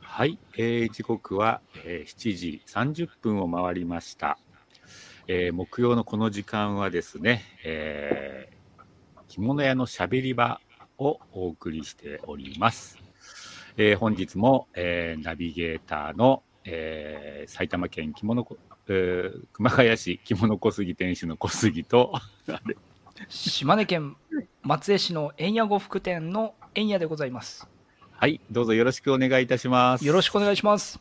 はい、えー、時刻は、えー、7時30分を回りました、えー、木曜のこの時間はですね、えー、着物屋のしゃべり場をお送りしております、えー、本日も、えー、ナビゲーターの、えー、埼玉県着物えー、熊谷市着物小杉店主の小杉と島根県松江市の円屋呉服店の円屋でございますはいどうぞよろしくお願いいたしますよろしくお願いします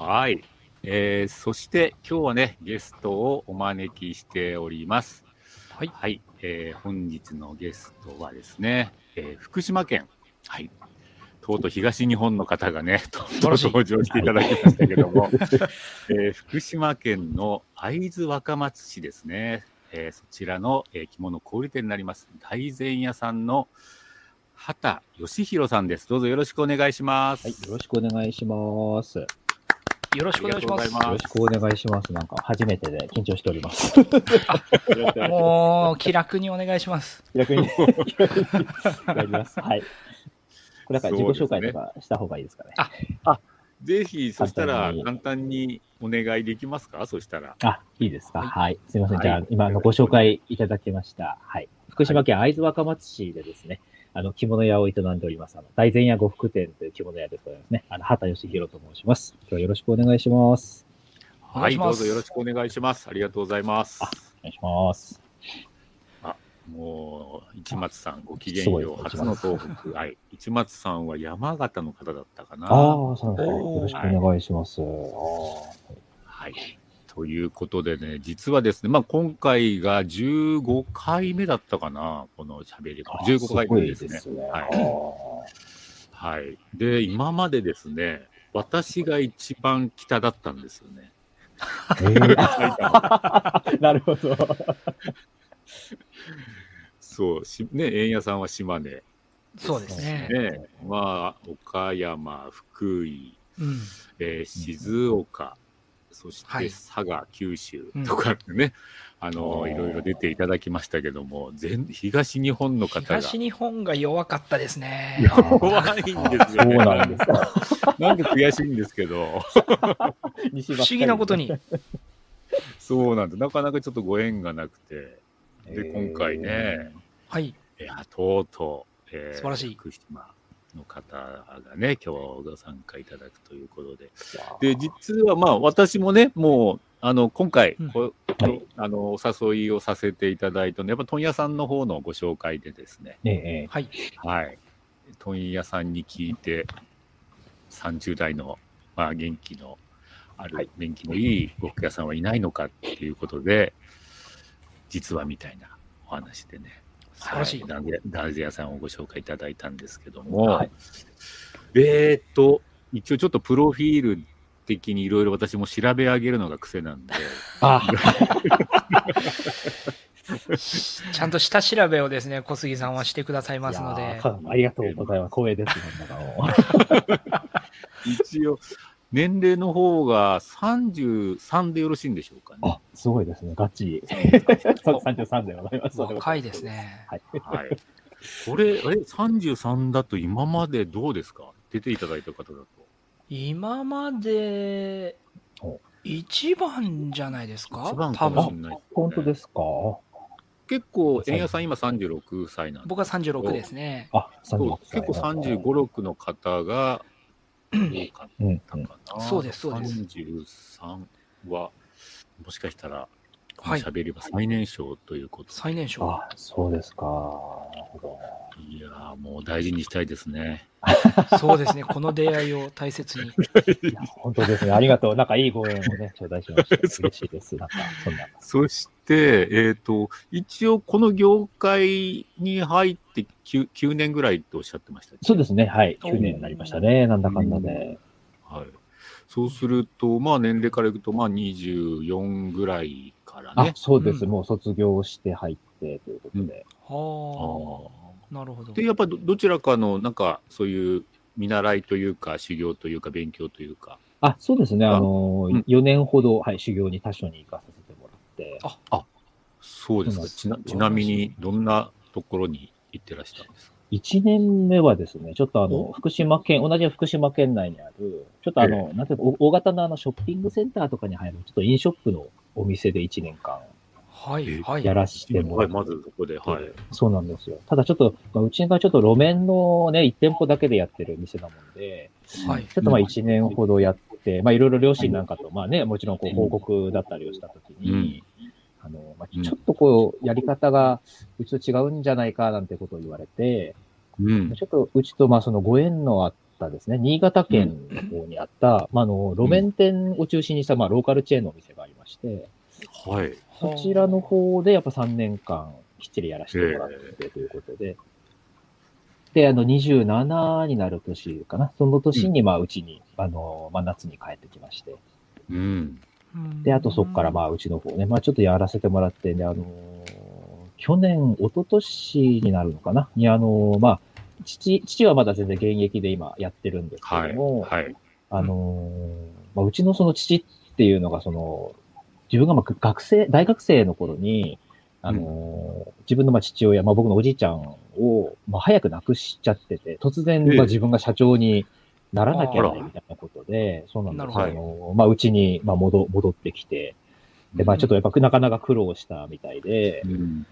はい、えー、そして今日はねゲストをお招きしておりますはい、はい、えー、本日のゲストはですね、えー、福島県はいとうとう東日本の方がね、とうとう登場していただきましたけども、えー、福島県の会津若松市ですね、えー、そちらの、えー、着物小売店になります、大前屋さんの畑義弘さんです。どうぞよろしくお願いします。はい、よろしくお願いします。よろしくお願いします。よろしくお願いします。なんか初めてで緊張しております。 もう気楽にお願いします。気楽に。やります。 はい。これだから自己紹介とかした方がいいですかね。ねあぜひ、そしたら簡単にお願いできますかそしたら。あ、いいですか。はい。はい、すみません。じゃあ、はい、今のご紹介いただきました。はい。福島県会津若松市でですね、あの、着物屋を営んでおります。あの、大前屋呉服店という着物屋でございますね。あの、畑義弘と申します。今日はよろしくお願いします。はい、どうぞよろしくお願いします。ありがとうございます。お願いします。もう、市松さん、ごきげんよう、初の東北。はい。市松さんは山形の方だったかな。ああ、そうですね。よろしくお願いします。はい。ということでね、実はですね、まあ、今回が15回目だったかな、この喋りが。15回目ですね。すねはい。はい。で、今までですね、私が一番北だったんですよね。えー、 なるほど。そうし、ね、円屋さんは島根、ね、そうですね。ねまあ、岡山、福井、うん、えー、静岡、うん、そして佐賀、はい、九州とかってね、うん、あの、いろいろ出ていただきましたけども、全東日本の方が。東日本が弱かったですね。弱いんですよ、ね、そうなんですか。なんか悔しいんですけど。不思議なことに。そうなんでなかなかちょっとご縁がなくて。で、今回ね、えー、はい。いや、とうとう、えー、素晴らしい。福島の方がね、今日ご参加いただくということで。で、実はまあ、私もね、もう、あの、今回、うん、あの、お誘いをさせていただいたので、やっぱ、問屋さんの方のご紹介でですね。えー、はい。はい。問屋さんに聞いて、30代の、まあ、元気の、ある、元気のいい呉服屋さんはいないのかっていうことで、実はみたいなお話でね、素晴らしい。はい、男性屋さんをご紹介いただいたんですけども、はい、えっと、一応ちょっとプロフィール的にいろいろ私も調べ上げるのが癖なん で。ちゃんと下調べをですね、小杉さんはしてくださいますので。ありがとうございます。光栄です、一応、年齢の方が33でよろしいんでしょうかね。あ、すごいですね。ガチ。33でございます。若いですね。はい。はい、これ、え、33だと今までどうですか出ていただいた方だと。今まで、一番じゃないですか一番かもしれない、ね、本当ですか結構、円谷さん、今36歳なん僕は36ですね。あ、36結構35、6の方が、多かったかな。そうです、そうです。 33は、もしかしたら、この喋りは最年少ということ、最年少。あ、そうですか。いやもう大事にしたいですね。 そうですね、この出会いを大切に。本当ですね、ありがとう。なんかいいご縁をね、頂戴し ました。嬉しいです。なんか、そんな。そして、えっ、ー、と、一応この業界に入って 9, 9年ぐらいとおっしゃってました、ね、そうですね、はい。9年になりましたね、なんだかんだで、うん。はい。そうすると、まあ年齢からいくと、まあ24ぐらいからね。あそうです、うん、もう卒業して入ってということで。うん、はあ。なるほど。で、やっぱどどちらかの、なんか、そういう見習いというか、修行というか、勉強というか。あ、そうですね。あの、うん、4年ほど、はい、修行に他所に行かせてもらって。あ、あそうですか。ちなちなみに、どんなところに行ってらしたんですか1年目はですね、ちょっとあの、福島県、同じ福島県内にある、ちょっとあの、なんていうか、お大型のあの、ショッピングセンターとかに入る、ちょっと飲食のお店で1年間はい、はい。やらしてもはらい、って、まずそこで、はい。そうなんですよ。ただちょっと、まあうちがちょっと路面のね、1店舗だけでやってる店なもんで、はい。ちょっとまあ1年ほどやって、まあいろいろ両親なんかと、まあね、もちろんこう報告だったりをしたときに、あの、まあうんちょっとこう、やり方がうちと違うんじゃないかなんてことを言われて、うん。ちょっとうちとまあそのご縁のあったですね、新潟県の方にあった、まああの、路面店を中心にしたまあローカルチェーンのお店がありまして、はい。そちらの方でやっぱ3年間きっちりやらせてもらってということで、で、あの、27になる年かな、その年にまあうちに、あの、まあ夏に帰ってきまして、うん。うんで、あとそこからまあうちの方ね、まあちょっとやらせてもらって、ね、あの、去年、一昨年になるのかな、にあの、まあ、父、父はまだ全然現役で今やってるんですけはどい。も、はい。あのーまあ、うちのその父っていうのが、その、自分がまあ学生、大学生の頃に、あのー自分のまあ父親、まあ、僕のおじいちゃんを、まあ、早く亡くしちゃってて、突然ええまあ自分が社長にならなきゃいけなあいらみたいなことで、そうなんでなるすほよどあのーまあ、うちにまあ戻戻ってきて、で、まあ、ちょっとやっぱなかなか苦労したみたいで、うん。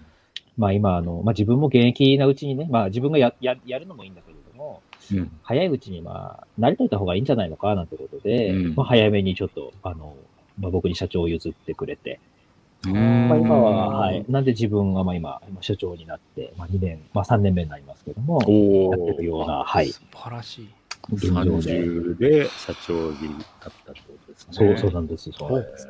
まあ、今、あの、まあ、自分も現役なうちにね、まあ、自分がや、や、やるのもいいんだけれども、うん。早いうちに、まあ、慣れといた方がいいんじゃないのか、なんてことで、うんまあ、早めにちょっと、あの、まあ、僕に社長を譲ってくれて、うんまあ、今は、うんはい、なんで自分が、まあ、今、今社長になって、まあ、2年、まあ、3年目になりますけども、おやっー。てるような、はい、素晴らしい。現状で。 30で社長になったってことですね。そう、そうなんです、そうなんです。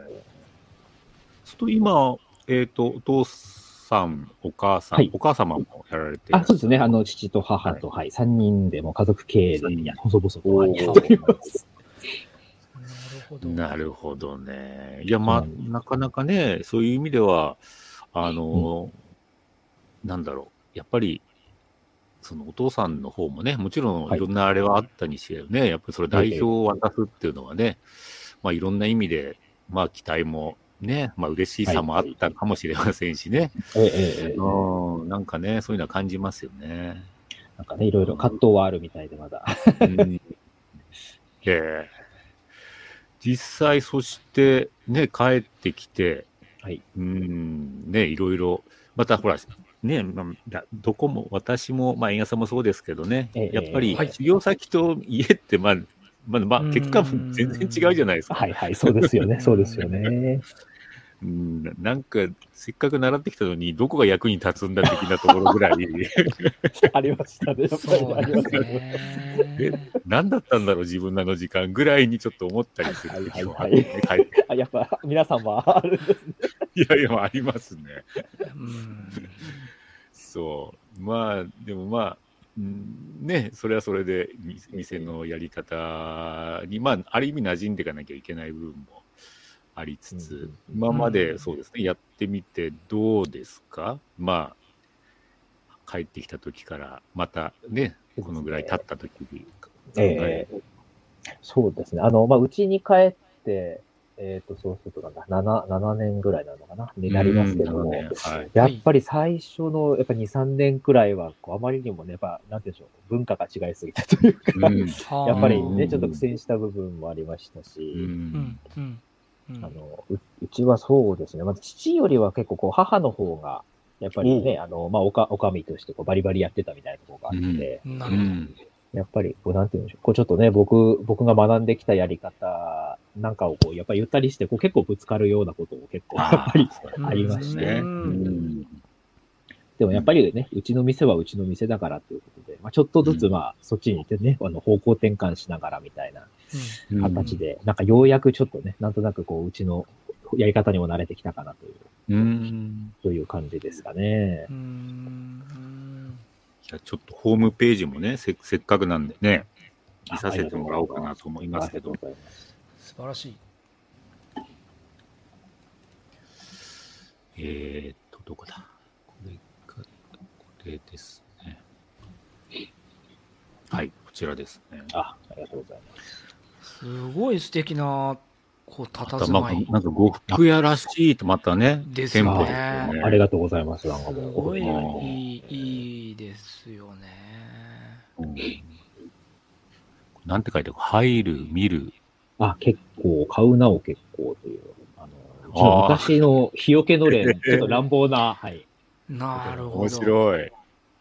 すると今、えっ、と、お父さん、お母さん、はいお母様もやられてあ、そうですね、あの、父と母と、はい、3人でもう家族経営で、いや、細々と、はい、やっております。なるほど。なるほどね。いや、まあ、そうなんですなかなかね、そういう意味では、あの、なんだろう、やっぱり、そのお父さんの方もね、もちろんはいいろんなあれはあったにしろね、やっぱりそれ代表を渡すっていうのはね、まあいろんな意味で、まあ期待もね、まあ嬉しさもあったかもしれませんしね、ええ、ええええ、うんなんかね、そういうのは感じますよね。なんかね、いろいろ葛藤はあるみたいで、まだ。うんええ実際、そして、ね、帰ってきて、はい、うん、ね、いろいろ、またほら、ね、まあだどこも、私も、まあ、円安もそうですけどね、ええやっぱり、はい修行先と家って、まあ、まあ、まあ、結果も全然違うじゃないですか。はい、はい、そうですよね、そうですよね。うん、なんか、せっかく習ってきたのに、どこが役に立つんだ的なところぐらい、 ありましたね。やっぱりそねうあですりましたね。 ね。何だったんだろう、自分らの時間ぐらいにちょっと思ったりする時もある ね、帰って あやっぱ皆さんはあるんですね。いやいや、ありますね。うんそう。まあ、でもまあ、うんね、それはそれで、み店のやり方に、まあ、ある意味馴染んでいかなきゃいけない部分もありつつ、うん今まうでんそうですね、やってみてどうですかまあ、帰ってきた時から、またね、このぐらい経った時に考えるそうですね。あの、まあ、うちに帰って、えっ、と、そうするとなんだ、7、7年ぐらいなのかなになりますけども、うんなるほどねはいやっぱり最初の、やっぱ2、3年くらいは、こう、あまりにもね、やっぱ、なんて言うんでしょう、文化が違いすぎたというか、うんやっぱりうね、んちょっと苦戦した部分もありましたし、うん。うん。うんあのううちはそうですね、まず父よりは結構こう母の方が、やっぱりね、あのまあ、おかおかみとしてこうバリバリやってたみたいなところがあって、なうるほど。んやっぱりこう、なんていうんでしょう、こうちょっとね、僕僕が学んできたやり方なんかをこう、やっぱりゆったりしてこう、結構ぶつかるようなことを結構、やっぱり、あーありましたね。ううんんでもやっぱりね、うちの店はうちの店だからということで、まあ、ちょっとずつ、うんまあ、そっちに行ってね、あの方向転換しながらみたいなうん形で、なんかようやくちょっとね、なんとなくこう、うちのやり方にも慣れてきたかなという。うんという感じですかね。うんいや、ちょっとホームページもね、せせっかくなんでね、見させてもらおうかなと思いますけどありがとう、ございます素晴らしい。えーっと、どこだこれか、これですね。はい、こちらですね。あ、ありがとうございます。すごい素敵な、こう、たたまたずなんまかい、。なんか呉服屋らしいと、またね、です店よ舗ねですよね。ありがとうございます。なんかすもうごいうんいいいいですよね。うんなんて書いてある入る、見る。あ、結構、買うなを結構という、あの、うちのあー昔の日よけ のれん、ちょっと乱暴な、はい。なるほ面ど。白い。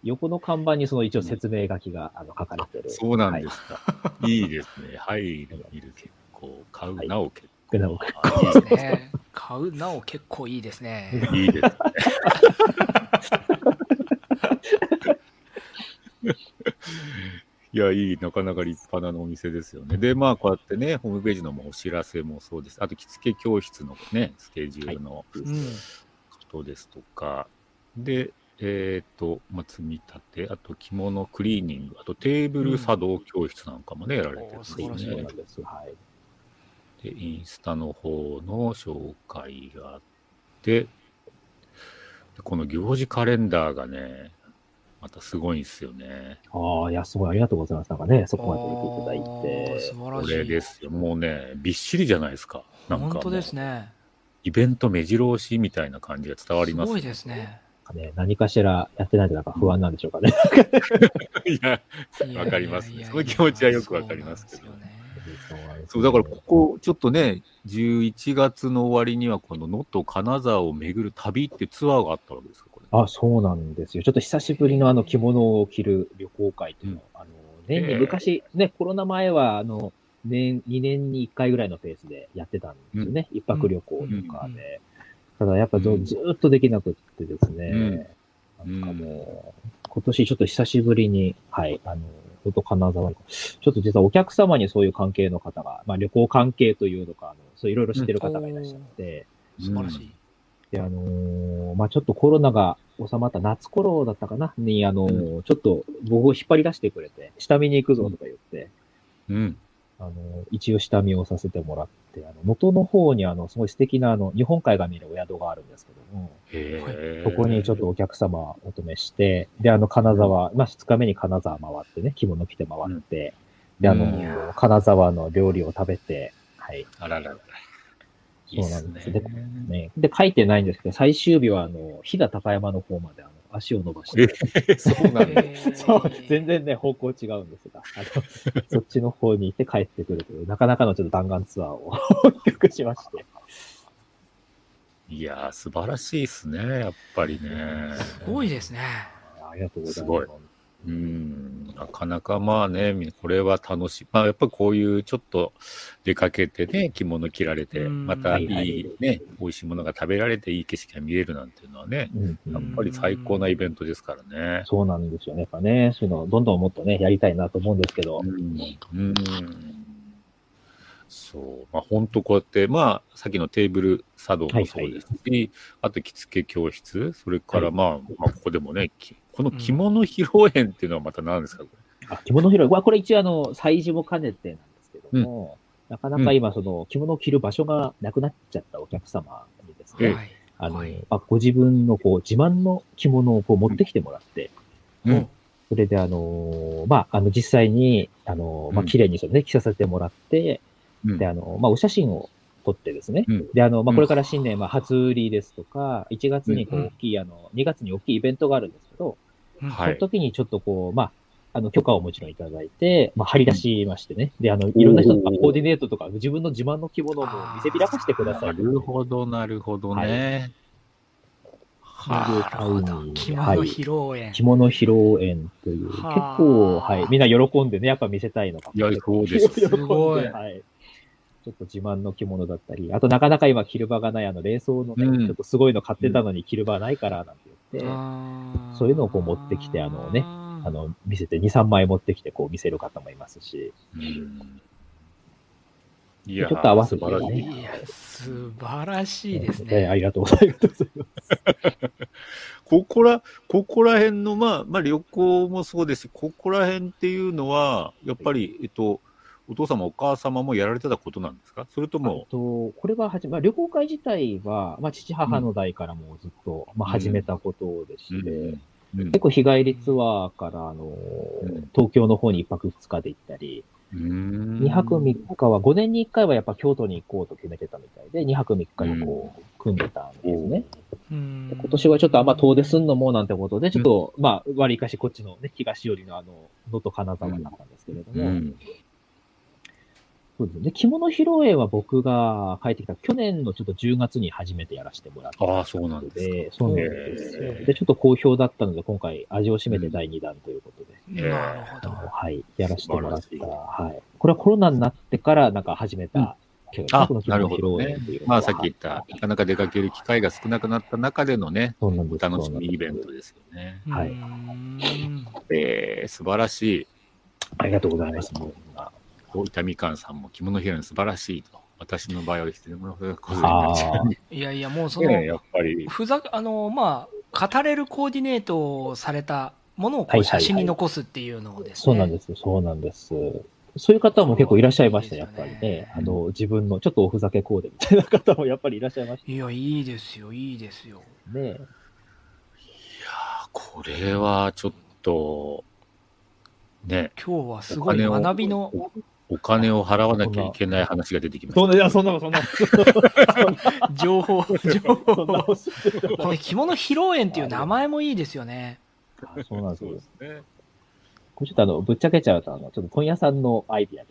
横の看板にその一応説明書きが、あの書かれてる。。そうなんですすか。い、いですね。入る、見る、結構。買う、はいなお、結はい、なおか構。いいですね。買うなお結構いいですね。いいですね。いや、いい、なかなか立派なお店ですよね。で、まあ、こうやってね、ホームページのもお知らせもそうです。あと、着付け教室のね、スケジュールのうん。ことですとか、で、えっ、と、まあ、積み立て、あと着物クリーニング、あとテーブル作動教室なんかもね、やられてるんです素晴よらしいそうねなん。です。はい。で、インスタの方の紹介があって、でこの行事カレンダーがね、またすごいんですよね。ああ、いや、すごい、ありがとうございます。なんかね、そこまで見ていただおーいて素。晴こらしい。れですよ。もうね、びっしりじゃないですか。なんかもう本当ですね。イベント目白押しみたいな感じが伝わりますすごいですね。なんかね、何かしらやってないとなんか不安なんでしょうかね。 いや、いやわかりますねいやいやそいやの気持ちはよくわかりますけどそうなんですよねそう、だからここ、ちょっとね、11月の終わりには、この能登金沢を巡る旅ってツアーがあったわけですか、これ。あ、そうなんですよ。ちょっと久しぶりのあの着物を着る旅行会というのを、あの、年に昔、ね、コロナ前は、あの、年、2年に1回ぐらいのペースでやってたんですよね。一泊旅行とかで。ただやっぱどうんずーっとできなくってですね。うんなんかもう、今年ちょっと久しぶりに、はい、あの、元金沢に、ちょっと実はお客様にそういう関係の方が、まあ旅行関係というのか、あの、そういろいろ知ってる方がいらっしゃって、素晴らしい。で、あのーまあ、ちょっとコロナが収まった夏頃だったかな、に、あのーちょっと僕を引っ張り出してくれて、下見に行くぞとか言って、うん。あのー一応下見をさせてもらって、あの、能登の方にあの、すごい素敵なあの、日本海が見えるお宿があるんですけども、へそこにちょっとお客様をお止めして、で、あの、金沢、まあ、2日目に金沢回ってね、着物着て回って、で、あのーうん金沢の料理を食べて、はい、あららら。いいそっうなすんねです。でね、で、書いてないんですけど、最終日は、あの、飛騨高山の方まで、あの、足を伸ばして、そうなんだ。へーそう、全然ね、方向違うんですが、あ の、そっちの方に行って帰ってくるという、なかなかのちょっと弾丸ツアーを 企画しまして。いやー、素晴らしいっすね、やっぱりね。すごいですね。ありがとうございすまごいす。うん、なかなかまあね、みこれは楽しい。まあやっぱりこういうちょっと出かけてね、着物着られて、うんまたいはいいね、美味しいものが食べられていい景色が見れるなんていうのはね、うんうんやっぱり最高なイベントですからね。そうなんですよね。やっぱね、そういうの、どんどんもっとね、やりたいなと思うんですけどう、ん。うんそう。まあ、本当こうやって、まあ、さっきのテーブル作動もそうですし、あと着付け教室、それからはいまあ、まあ、ここでもね、きこの着物披露宴っていうのはまた何ですか、こあ着物拾いは、これ一応あの、催事も兼ねてなんですけども、なかなか今、その、着物を着る場所がなくなっちゃったお客様にですえねえ、はい。あの、はいまあ、ご自分のこう自慢の着物をこう持ってきてもらって、れ。うんそれであのーまあ、あの、実際に、あのーまうんあ、綺麗にそのね、着させてもらって、うんで、あのーまあ、お写真を撮ってですね、うんで、あの、まうあ、んこれから新年、まあ、初売りですとか、1月にこうんう、大きい、あの、2月に大きいイベントがあるんですけど、うんはいその時にちょっとこう、まあ、あの、許可をもちろんいただいて、まあ、張り出しましてね。で、あの、いろんな人とかコーディネートとか、自分の自慢の着物をもう見せびらかしてくださ。ないるほど、なるほどね。なはるほど。着物披露宴。着物披露宴という、結はあ構、はい、みんな喜んでね、やっぱ見せたいのか。いやそうです喜んですごい はい。ちょっと自慢の着物だったり、あとなかなか今着る場がない、あの、冷装のね、うんちょっとすごいの買ってたのに着る場ないから、なんて言って、あーそういうのをこう持ってきてあのねあ、の、見せて、2、3枚持ってきて、こう見せる方もいますし、うんいやちょっと合わせて素晴らしい。いや、素晴らしいですええあね。りがとうございます。 ここら、ここら辺の、まあ、まあ、旅行もそうですし、ここら辺っていうのは、やっぱり、えっと、お父様、お母様もやられてたことなんですかそれとあも、と、これははじ、まあ、旅行会自体は、まあ、父、母の代からもうずっと、まあ、始めたことでして、うんうん結構日帰りツアーから、あのーうん東京の方に一泊二日で行ったり、 2 2泊3日は、5年に1回はやっぱ京都に行こうと決めてたみたいで、2泊3日にこう、組んでたんですね。うん今年はちょっとあんま遠出すんのもなんてことで、ちょっと、まあ、割りかしこっちのね、東寄りのあの、能登金沢だったんですけれども、うん。そうですね。着物披露宴は僕が帰ってきた、去年のちょっと10月に初めてやらせてもらったああ、そうなんですか。で、そうなんですよへーで、ちょっと好評だったので、今回味を占めて第2弾ということで、なるほど。はい、やらせてもらっ素晴た。らしいはい。これはコロナになってからなんか始めた、結あ構なるほどねっていうのがまあさっき言った、なかなか出かける機会が少なくなった中でのね、そうなんおです楽しみイベン。そうなんでトですよね。はいうーんえー、素晴らしい。すありがとうございます。大分みかんさんも着物披露に素晴らしいと。私の場合は着てもらうことになあっちゃあ、いやいや、もうそ うね。の、やっぱり。ふざけ、あの、まあ、語れるコーディネートをされたものをこうはいはいは写い真に残すっていうのをですそね。うなんです、そうなんです。そういう方も結構いらっしゃいましたね、やっぱいりいですねよね。あの、自分のちょっとおふざけコーデみたいな方もやっぱりいらっしゃいましいや、いいですよ、いいですよ。たね。これはちょっと、ね、今日はすごい学び の、お金を払わなきゃいけない話が出てきまそんしな、いや、そんな、そんな、情報、情報。 そんなこおっしゃってたの着物披露宴っていう名前もいいですよね。 あそうなんた。ですよ。すね。これちょっとあの、ぶっちゃけちゃうと、あの、ちょっと問屋さんのアイディアで、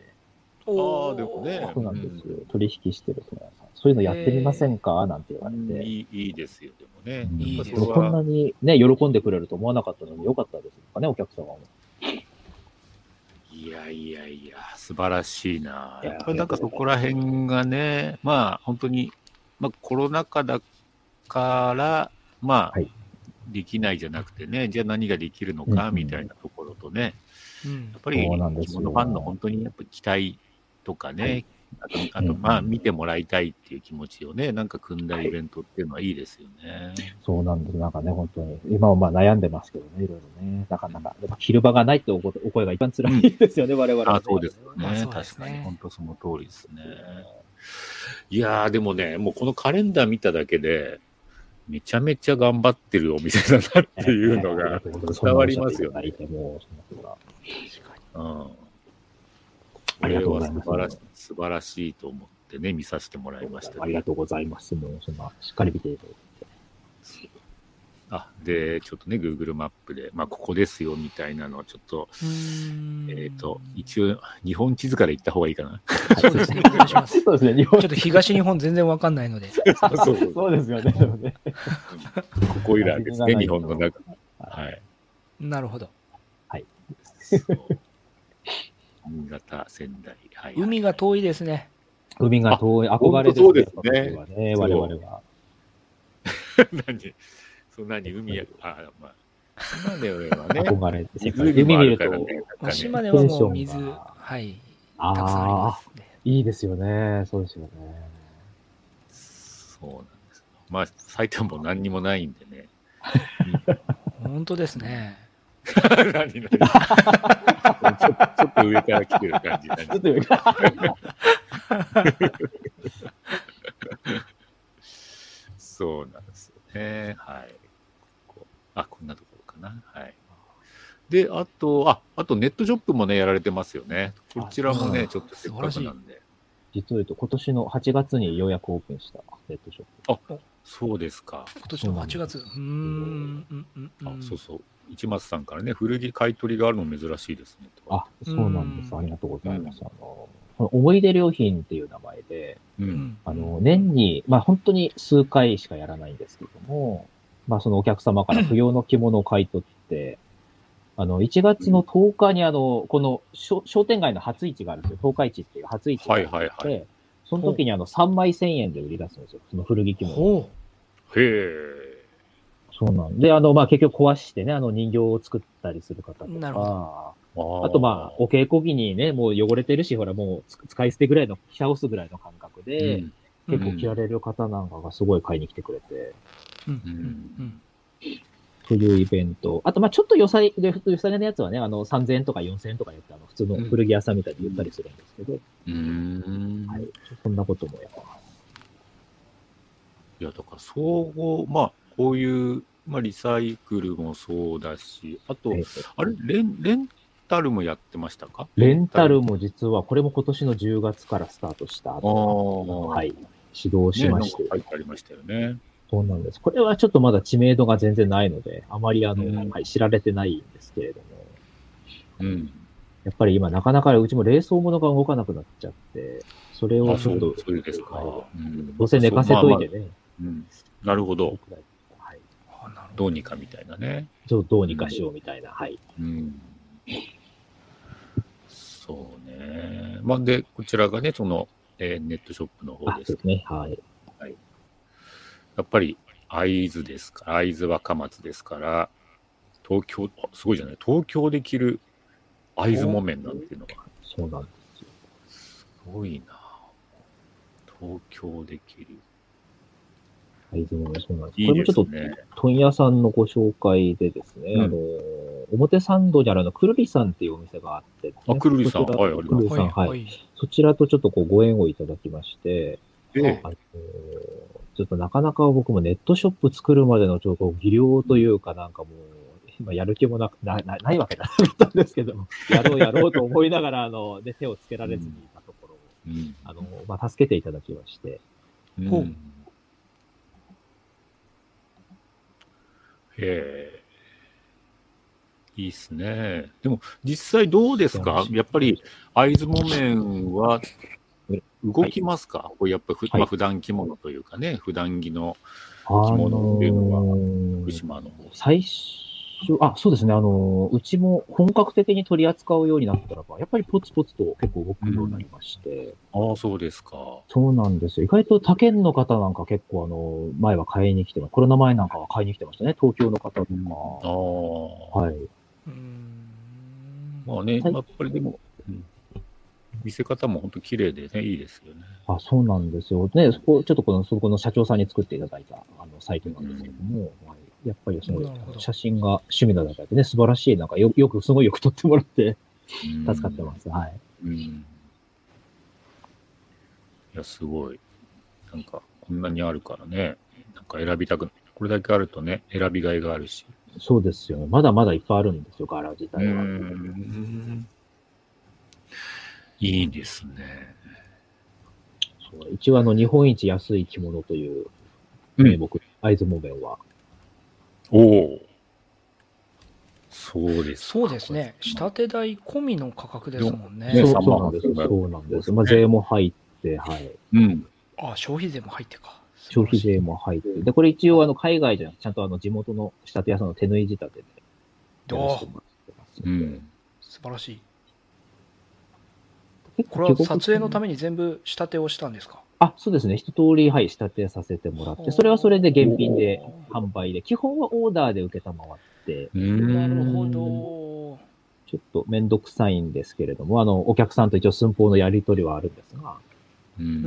ああでもねそうなんですよ。取引してる問屋さん。そういうのやってみませんかなんて言われて。いいいいですよ、でもね。いいうんですよこんなにね、喜んでくれると思わなかったので、よかったですとかね、お客様も。いやいやいや、素晴らしいな。いややっぱりなんかそこら辺がね、まあ本当に、まあコロナ禍だから、まあ、はいできないじゃなくてね、じゃあ何ができるのうんうかんみたいなところとね、うんやっぱりそうなんです着よ物ファンの本当にやっぱ期待とかね、はいあと、あとうんうんまあ見てもらいたいっていう気持ちをね、なんか組んだイベントっていうのはいいですよね。そうなんです。なんかね、本当に。今はまあ悩んでますけどね、いろいろね。なかなか。やっぱ着る場がないっておこお声が一番辛いですよね、我々はあそうですよまあね。そうです確ねかに、本当その通りですね。いやー、でもね、もうこのカレンダー見ただけで、めちゃめちゃ頑張ってるお店だなっていうのが、伝わりますよねね。もうその方がうん。こありれがとうごはざい素晴ますらしい、素晴らしいと思ってね、見させてもらいましたあね、りがとうございます。もう、そんな、しっかり見ていただいて。あ、で、ちょっとね、Google マップで、まあ、ここですよ、みたいなのをちょっと、うーんえっ、と、一応、日本地図から行った方がいいかな。そうですね、お願いします。ちそうですね、日ょ本っと東日本全然わかんな いので。 そうそうそうですよね、でもね。ここいらですね、日本の中。はい。なるほど。そう新潟、仙台、はい。海が遠いですね。海が遠い、憧れ本当そうですねやっぱ僕はね、我々は。何そんなに海や、あ、まあ、島根はね、憧れて、湖海もあ見るるかと、らね。なんかね島根はもうテンシ水、ョンがはい、たくさんありまああ、すね。いいですよね、そうですよね。そうなんですよ。まあ、埼玉も何にもないんでね。本当ですね。何 何ちょっとちょっと上から来てる感じ。ちょっとよく、そうなんですよね。はい。ここあ、こんなところかな。はい。で、あと、あ、あとネットショップもね、やられてますよね。こちらもあね、ちょっとせっかくなんで。実を言うと、今年の8月にようやくオープンしたネットショッそうですか。今年の8月。うーん、うん、うん、うあん。そうそう。市松さんからね、古着買い取りがあるの珍しいですね。プ。とあ、そうなんです。うんありがとうございます。あの、この思い出良品っていう名前で、う。うんんあの、年に、まあ本当に数回しかやらないんですけども、まあそのお客様から不要の着物を買い取って、あの、1月の10日にあの、この商商店街の初市があるんですよ。東海市っていう初市があはっいて、はいはい。へその時にあの3枚1000円で売り出すんですよ。その古着着物を。ほえ。そうなんで、あの、まあ結局壊してね、あの人形を作ったりする方となるほか、あーあとまあ、お稽古着にね、もう汚れてるし、ほらもうつ使い捨てぐらいの、着倒すぐらいの感覚で、うんう。うん結構着られる方なんかがすごい買いに来てくれて、うんうんというイベント。あと、まあちょっと良さげ、で良さげなやつはね、あの、3000円とか4000円とかやって、あの、普通の古着屋さんみたいに言ったりするんですけど、うーん。、はいい。そんなこともやってます。や、だから、総合、まあ、こういう、まあ、リサイクルもそうだし、あと、ええあれレン、レンタルもやってましたかレンタルも実は、これも今年の10月からスタートしたあ後、ーはい、始動しましねて、なんか書いてありましたよね。そうなんです。これはちょっとまだ知名度が全然ないので、あまりあの、うんはい、知られてないんですけれども、うん。やっぱり今なかなかうちも冷蔵物が動かなくなっちゃって、それをあ、ちそょっうと、そうですか。はうんいどうせ寝かせといてそうまあまあね、うんなるほど。はい、あなるほどうにかみたいなね。ちょっとどうにかしようみたいな、はい。うん。そうね。まあ、で、こちらがね、その、えーネットショップの方あ、でそすうですね、はい。やっぱり会津ですから、会津若松ですから、東京、あすごいじゃない、東京で着る会津木綿なんていうのが、そうなんです。すごいな。東京で着る。はい、でもそうなんです。いいこれでもちょすっとね。問屋さんのご紹介でですね、うんあの、表参道にあるあの、くるりさんっていうお店があって、あくるりさんそちらはいありますくるりどさはん、いはい。はいそちらとちょっとこうご縁をいただきまして、ええあのちょっとなかなか僕もネットショップ作るまでのちょっとこう技量というかなんかもう、今やる気もなく、な、なないわけだったんですけど、 やろうやろうと思いながら、あの、で、手をつけられずにいたところ、うんあの、まあ、助けていただきまして、うんほうへえ。いいっすね。でも、実際どうですかやっぱり、会津木綿は動きますか、これやっぱふ、はいまあ、普段着物というかね、普段着のあのー、物っていうのは福島の方。最初、あ、そうですね、あの、うちも本格的に取り扱うようになったらば、やっぱりポツポツと結構動くようになりまして、ああ、そうですか。そうなんですよ。意外と他県の方なんか結構、あの、前は買いに来てまコロナ前なんかは買いに来てましたね、東京の方とああ。か。はい。うーんまあね、はいやっぱりでも、うん見せ方も本当綺麗でね、いいですよね。あ、そうなんですよ。ね、そこ、ちょっとこの、そこの社長さんに作っていただいた、あの、サイトなんですけども、はいやっぱりそのなるほど写真が趣味なだけでね、素晴らしい、なんかよ、よく、すごいよく撮ってもらって、助助かってます。はい。うんいや、すごい。なんか、こんなにあるからね。なんか選びたく、これだけあるとね、選びがいがあるし。そうですよね。まだまだいっぱいあるんですよ、柄自体は。ん。いいですね。そう一応あの、日本一安い着物といううん名目、会津木綿は。おお。そうですか。そうですね、下手代込みの価格ですもんね。ねそう3そうな万んですよ。 8,000そうなんです。ねまあ、税も入って、はい。うん。あ消費税も入ってか。消費税も入って。で、これ一応あの、海外じゃなくて、ちゃんとあの、地元の仕立て屋さんの手縫い仕立てでやらせてもらってますうので。ん。素晴らしい。結こ構れは撮影のためめに全部仕立てをしたんですかあ、そうですね。一通り、はい、仕立てさせてもらって、それはそれで現品で販売で、基本はオーダーで受けたまわって、う。なんるほど。ちょっとめんどくさいんですけれども、あの、お客さんと一応寸法のやり取りはあるんですが、う。うん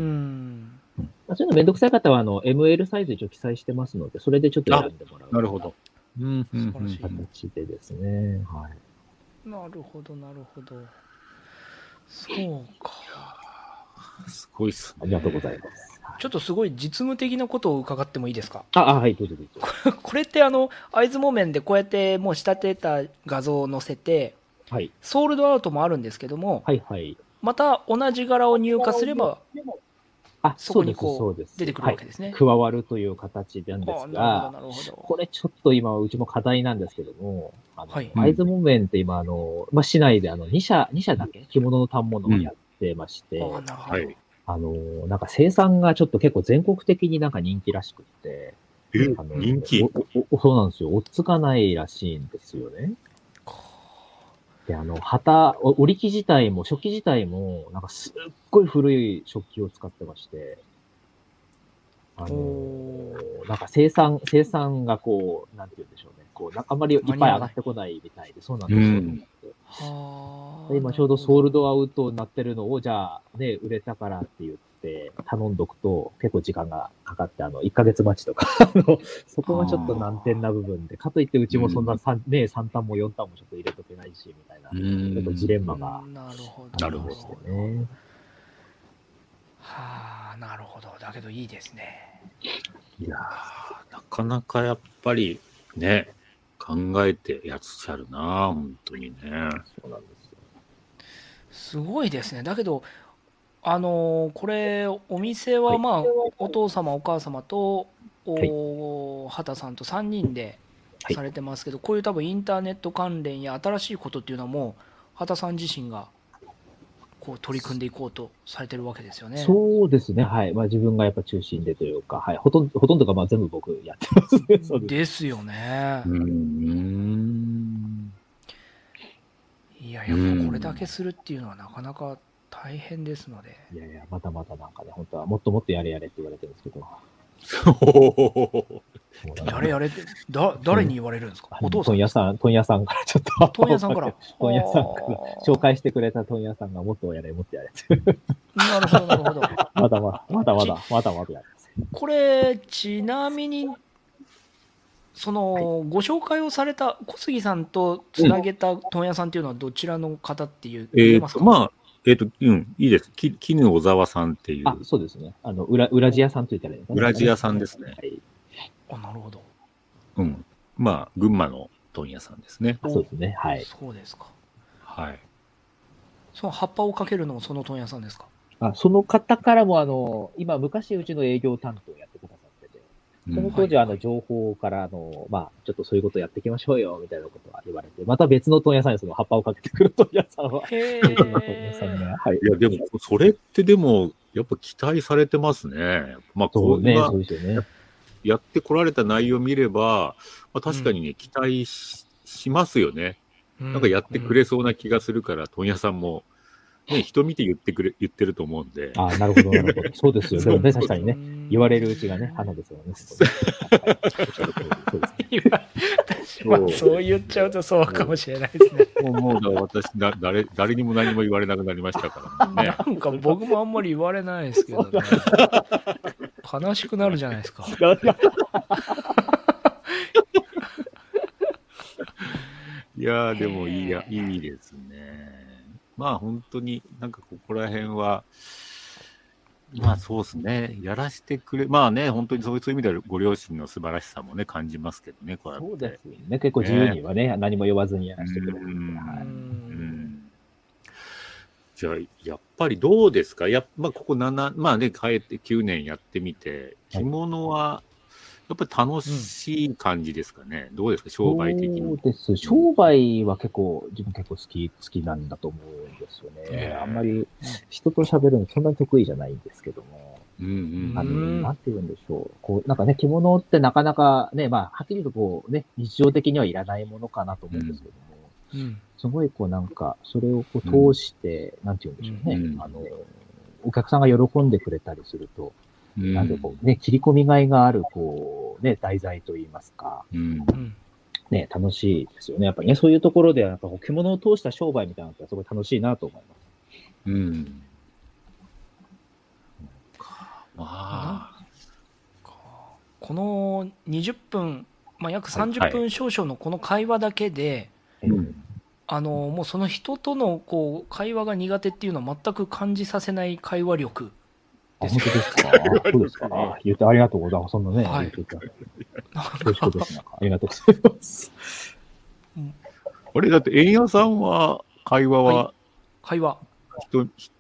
ん。まあ、そういうのめんどくさい方は、あの、ML サイズ一応記載してますので、それでちょっと選んでもらう。なるほど。うん。うん素晴らしい形でですね。はい。なるほど、なるほど。そうか。すごいっすあね。りがとうございます。ちょっとすごい実務的なことを伺ってもいいですか あ、あはい、どうぞどうぞ。これってあの、会津木綿でこうやってもう仕立てた画像を載せて、はい。ソールドアウトもあるんですけども、はい、はい。また同じ柄を入荷すればあ、そそこうにです、こうそうです。出てくるわけですね。はい。加わるという形なんであすなが、るほど、なるほど。これちょっと今、うちも課題なんですけども、あの、はい会津木綿って今、あの、まあ、市内であの、2社、二社だけ着物の反物をやってまして、あなるほはど。い。あの、なんか生産がちょっと結構全国的になんか人気らしくって、えあの人気おおそうなんですよ。追っつかないらしいんですよね。で、あの、旗、お織り機自体も、食器自体も、なんかすっごい古い食器を使ってまして、あのお、なんか生産、生産がこう、なんて言うんでしょうね。こう、なんかあんまりいっぱい上がってこないみたいで、そうなんですよ。うんはあで今ちょうどソールド。ドアウトになってるのを、じゃあ、ね、売れたからって言って、頼んどくと、結構時間がかかって、あの、1ヶ月待ちとか、 あの、そこがちょっと難点な部分で、かといってうちもそんな三、ね、3単も4単もちょっと入れとけないし、みたいな、うちんょっとジレンマがなるほど。あなりるまほどしてね。はあ、なるほど。だけどいいですね。いやなかなかやっぱりね、考考えてやっしゃるな、本当にね。そうなんですよ。すごいですね。だけど、あのーこれ、お店は、はいまあ、お父様、お母様と、お畑さんと3人ではいされてますけど、こういう多分インターネット関連や新しいことっていうのはもう、畑さん自身がこう取り組んでいこうとされてるわけですよね。そうですね。はい。まあ自分がやっぱ中心でというか、はい。ほとんど、ほとんどがまあ全部僕やってますね。 そうです。ですよねう。ー ん。いや、やっぱこれだけするっていうのはなかなか大変ですので。いやいや、またまたなんかね、本当はもっともっとやれやれって言われてるんですけど。もうなんかやれやれって、だ誰に言われるんですか、あのお父さん問。屋さん、問屋さんからちょっと。問屋さんから。。問屋さんからあー 紹介してくれた問屋さんがもっとやれ、もっとやれって。なるほど、なるほ ど。まだまだ、まだまだ、まだまだやります。これ、ちなみに、その、ご紹介をされた小杉さんとつなげた問屋さんっていうのは、どちらの方っていう、え言えっと、まあ、えっ、と、うん、いいです。き絹小沢さんっていうあ、そうですね。あの、裏、裏地屋さんと言ったらいいのかな裏地屋さんですねはい。あ、なるほど。うん。まあ、群馬の問屋さんですね。あそうですね。はい。そうですか。はい。その葉っぱをかけるのもその問屋さんですか。あその方からも、あの、今、昔、うちの営業担当やってくださってて、うんその子当時は、あの、情報から、あの、まあ、ちょっとそういうことやっていきましょうよ、みたいなことは言われて、また別の問屋さんにその葉っぱをかけてくる問屋さんは、へえ。別の 問屋さんが、はい。いや、でも、それってでも、やっぱ期待されてますね。まあ、そこううね、今そうですよね。やってこられた内容を見れば、まあ、確かにね、期待ししますよね。ななんかやってくれそうな気がするから、問屋さんも、ね、人見て言ってくれ、言ってると思うんで。あなるほど、な るほど。そうですよ。でもね、確かにね、ね言われるうちが ね、花ですよね。そこねはいおっしゃる通りそうですねまあ、 そう言っちゃうとそうかもしれないですね。もう、もうだ私だ、 誰、誰にも何も言われなくなりましたからね。 なんか僕もあんまり言われないですけどね。悲しくなるじゃないですか。いやいや いやー、でもいいや、いいですね。まあ本当になんかここら辺は、まあそうですね、やらしてくれ、まあね、本当にそうそういう意味ではご両親の素晴らしさもね、感じますけどね、こうやって。そうですよね。結構自由にはね、何も言わずにやらせてくれるう。んはういんじゃあ、やっぱりどうですかやっまあ、ここ7、まあね、帰って9年やってみて、はい着物は、やっぱり楽しい感じですかね、どうですか商売的そうに。です。商売は結構、自分結構好き、好きなんだと思うんですよね。ええあんまり人と喋るのそんなに得意じゃないんですけども、うんうんあの、うんなんて言うんでしょう。こう、なんかね、着物ってなかなかね、まあ、はっきりとこうね、日常的にはいらないものかなと思うんですけども、うんすごいこうなんか、それをこう通して、なんて言うんでしょうね。うんあの、お客さんが喜んでくれたりすると、うんなんでこうね、切り込みがいがある、こう、ね、題材といいますか、うんうんね、楽しいですよね。やっぱりね、そういうところで、やっぱこう着物を通した商売みたいなのってすごい楽しいなと思いまうす。ん。まあ、この20分、まあ、約はいはい30分少々のこの会話だけで、うんあのもうその人とのこう会話が苦手っていうのは全く感じさせない会 話力あ、です本よ当ですかそうですかあ言ってありがとうございます。そんなね、はい言っていただいてなん恐か縮です。なんかありがとうございます。あれだって、円屋さんは、会話はは会話人、ひ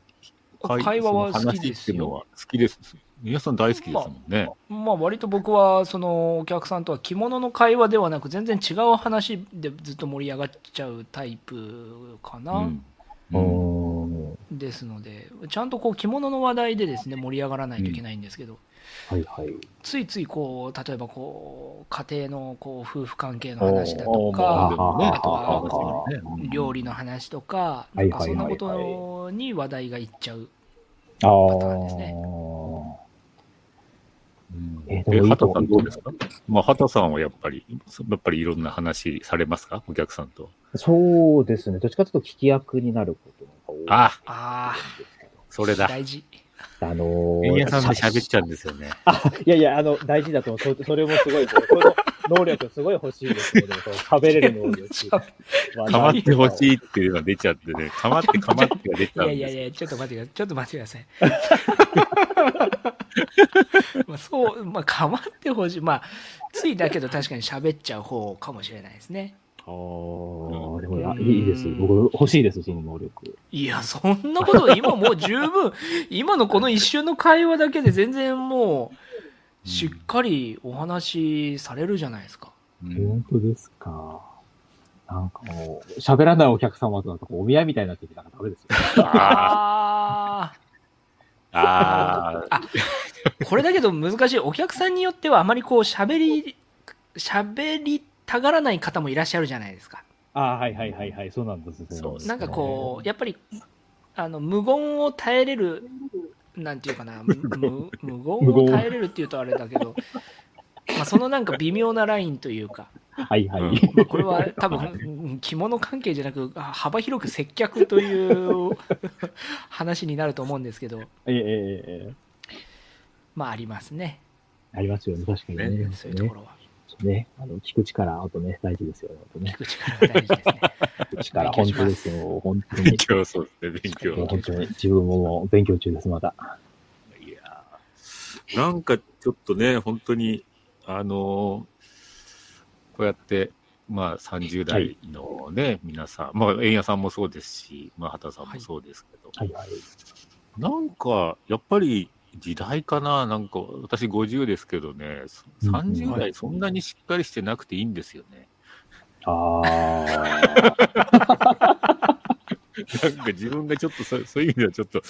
会話は好きその話ですっていうのよは好きです。円屋さん大好きですもんね。まあ割と僕はそのお客さんとは着物の会話ではなく全然違う話でずっと盛り上がっちゃうタイプかな、うんうーん。ですのでちゃんとこう着物の話題でですね盛り上がらないといけないんですけど、はいはい。ついついこう例えばこう家庭のこう夫婦関係の話だとあかーまああとはでもね料理の話とかはないんかはいそんなはいこはいとに話題がいっちゃうああパターンですねうんええーでもいいと畑さ思うんどうですかまあ、畑さんはやっぱり、そやっぱりいろんな話されますかお客さんと。そうですね。どっちかというと聞き役になることの方があ、あ多いんですけど。それだ。大事あのー円屋さんで喋っちゃうんですよね。いやいや、あの、大事だと思う。そそれもすごい、この能力すごい欲しいで すけど、こう喋れる 能力。かまってほしい。いっていうのが出ちゃってね、かまってかまってが出ちいゃうんやですよいやいやちょっと待ってくださいちょっと待ってください まあそう、まあ、構ってほしい。まあ、ついだけど確かに喋っちゃう方かもしれないで すね。ああ、でうもんいいです。僕欲しいです、その能力。いや、そんなこと、今もう十分、今のこの一瞬の会話だけで全然もう、しっかりお話しされるじゃないですか。うん本当ですか。なんかもう、喋らないお客様となんかこうお見合いみたいになってきたらダメですよ。ああーああ、これだけど難しい。お客さんによってはあまりこう、喋り、喋りたがらない方もいらっしゃるじゃないですか。ああ、はいはいはいはい、そうなんです。そうですねなんかこう、やっぱり、あの、無言を耐えれる、なんていうかな、むむ無無言を言耐えれるっていうとあれだけど、まあ、そのなんか微妙なラインというか、う。はいはうい。んまあ、これは多分、うん着物関係じゃなく、あ幅広く接客という話になると思うんですけど、えええええまあ、ありますね、えありますよね、確かにね。そういうところは。ね、あの、聞く力、あとね、大事ですよね。本当聞ねく力が大事ですね。聞 く力、勉強本します当ですよ。本当ー、に勉。強そうですね、勉強。本当に、自分ももう勉強中です、まだ。いやーなんかちょっとね、本当に、あのーこうやって、まあ、30代のね、皆さん、まあ、円谷さんもそうですし、まあ、畑さんもそうですけど、はいはい。なんか、やっぱり時代かな、なんか、私50ですけどね、そうん30は代、そんなにしっかりしてなくていいんですよね。 あなんか自分がちょっとそ、そういう意味ではちょっと、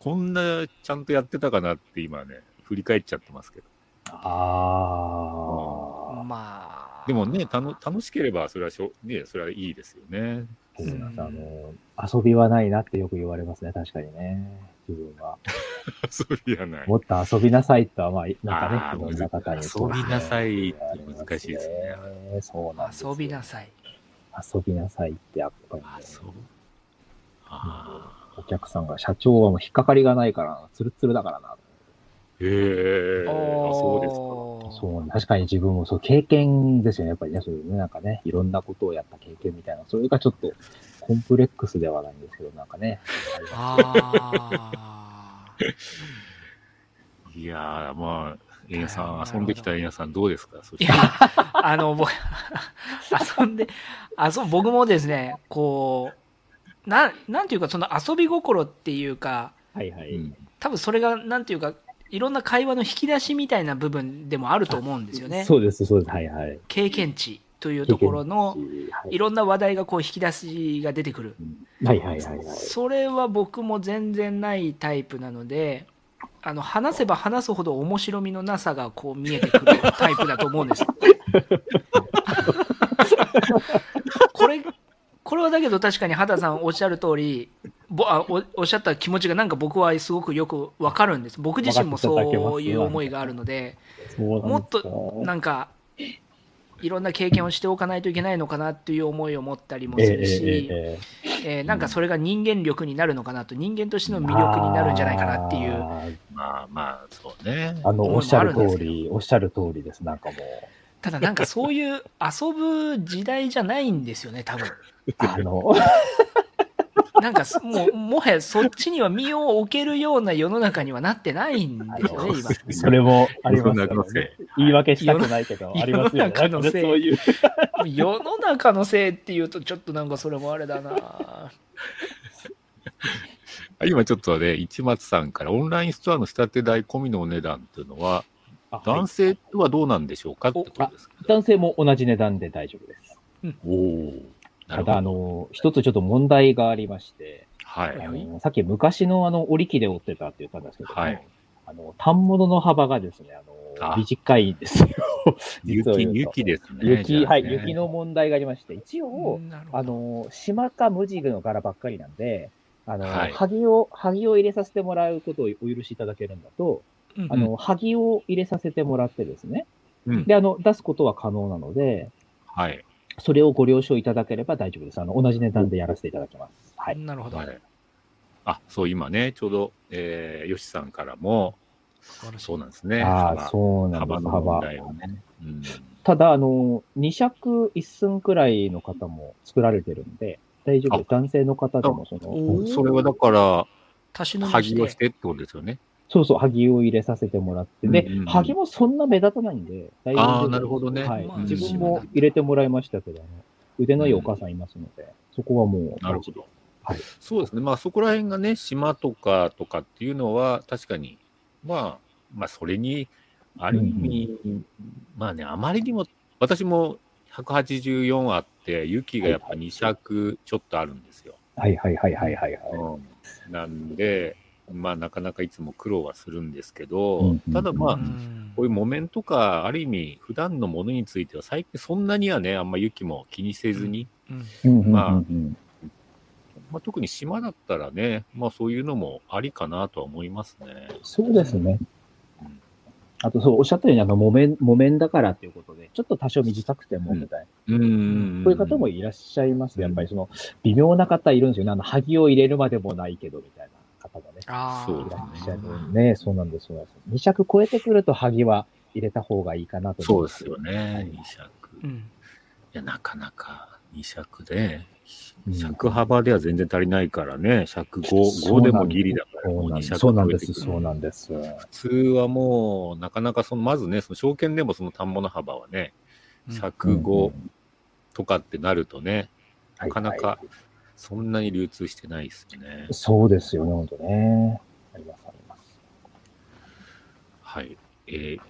こんなちゃんとやってたかなって今ね、振り返っちゃってますけど。 あ。ああ。まあ、でもね、たの楽しければ、それはしょ、ね、それはいいですよ ね。そうなんですあの、遊びはないなってよく言われますね、確かにね。自分は。遊びやない。もっと遊びなさいとは、まあ、なあーんかね、いろんな方に。遊びなさいってそう難しいですね。そうなんですよ遊びなさい。遊びなさいってやっぱりね、あ、そう。あお客さんが、社長はもう引っかかりがないからな、ツルツルだからな。ーへえ、あ、あーそうそう、確かに自分もそう、経験ですよね。やっぱりね、そういうね、なんかね、いろんなことをやった経験みたいな、それがちょっと、コンプレックスではないんですけど、なんかね。ですか。ああ。いやー、まあ、エンヤさなんるほ、ど遊んできたエンヤさん、どうですかそいしてや、あの、僕、 遊んで、遊僕もですね、こう、なん、なんていうか、その遊び心っていうか、はいはい。うん多分それが、なんていうか、いろんな会話の引き出しみたいな部分でもあると思うんですよね。そうです、そうです。はいはい。経験値というところの、はいいろんな話題がこう引き出しが出てくる。はいはいはいはい。それは僕も全然ないタイプなので、あの、話せば話すほど面白みのなさがこう見えてくるタイプだと思うんですよ。 これ、これはだけど確かに畑さんおっしゃる通り、ぼあおおっしゃった気持ちがなんか僕はすごくよくわかるんです。僕自身もそういう思いがあるので、そうもっとななんですかんか、いろんな経験をしておかないといけないのかなっていう思いを持ったりもするし、ええーなんかそれが人間力になるのかなと、人間としての魅力になるんじゃないかなっていう、う。まあまあ、そうねあ。思の、いもおっしゃるあるんです通けどり、おっしゃる通りです。なんかもう、ただなんかそういう遊ぶ時代じゃないんですよね、多分あの、なんかすもう、もはやそっちには身を置けるような世の中にはなってないんですよね、今。 それもありま世すの中よのせいね。言い訳したくないけど、世のありますよね。世の中のせいそういう。世の中のせいっていうと、ちょっとなんかそれもあれだな。今ちょっとね、市松さんから、オンラインストアの仕立て代込みのお値段っていうのは、男性はどうなんでしょうかってことですけど。男性も同じ値段で大丈夫です。おおー。なたるほだ、あど。の、一つちょっと問題がありまして、はあい。のさっき昔のあの、折り機で折ってたって言ったんですけども、はいあの、単物の幅がですね、あの、あ短いんですよ。実を雪言、うと雪ですね。雪、じゃはあい、ね雪の問題がありまして、一応、なるほあどの、島か無地の柄ばっかりなんで、あの、はい萩を、萩を入れさせてもらうことをお許しいただけるんだと、うんあの、萩を入れさせてもらってですね、うんで、あの、出すことは可能なので、はい。それをご了承いただければ大丈夫です。あの、同じ値段でやらせていただきます。はい。なるほど。はい。あ、そう、今ね、ちょうど、えー、よしさんからも、そうなんですね。ああ、幅そうなんで幅す。の幅問。題をね。うん。ただ、あの、2尺1寸くらいの方も作られてるんで、大丈夫です。男性の方でもその、おーそれはだから、足しの萩をしてってことですよね。そうそう、萩を入れさせてもらって、でうんうんうん、萩もそんな目立たないんで、大丈夫ですあーなるほどねはいまあ自分も入れてもらいましたけど、ね、腕のいいお母さんいますので、そこはもう、なるほど。はいそうですね、まあそこら辺がね、島とかとかっていうのは、確かに、まあ、まあそれに、ある意味、まあね、あまりにも、私も184あって、雪がやっぱ200ちょっとあるんですよ。はいはいはいはいはい、はいうん、なんで、まあなかなかいつも苦労はするんですけど、うんうんうんただまあ、うんこういう木綿とか、ある意味、普段のものについては、最近そんなにはね、あんま雪も気にせずに、うんうんうんうんまあうんまあ、特に島だったらね、まあそういうのもありかなとは思いますね。そうですねうん。あと、そう、おっしゃったように、あの、木綿、木綿だからっていうことで、ちょっと多少短くても、みたいな。うんこういう方もいらっしゃいますね。やっぱりその、微妙な方いるんですよね。あの、萩を入れるまでもないけど、みたいな方もね。あーそういだらっしゃるねね。そうなんです、そうなんです。2尺超えてくると、萩は入れた方がいいかなとそ思ういまですよね、2尺。ういんや、なかなか2尺で、うん尺幅では全然足りないからね、尺そう 5, なん5でもギリだから、そもううなん2です、尺そうなん超えてでくす、るそうなんです。普通はもう、なかなかその、まずね、その証券でもその田んぼの幅はね、うん尺5とかってなるとね、はいなかなはかそんなに流通してないですよねい。そうですよね、本当ね。あります、あります。はい。えー、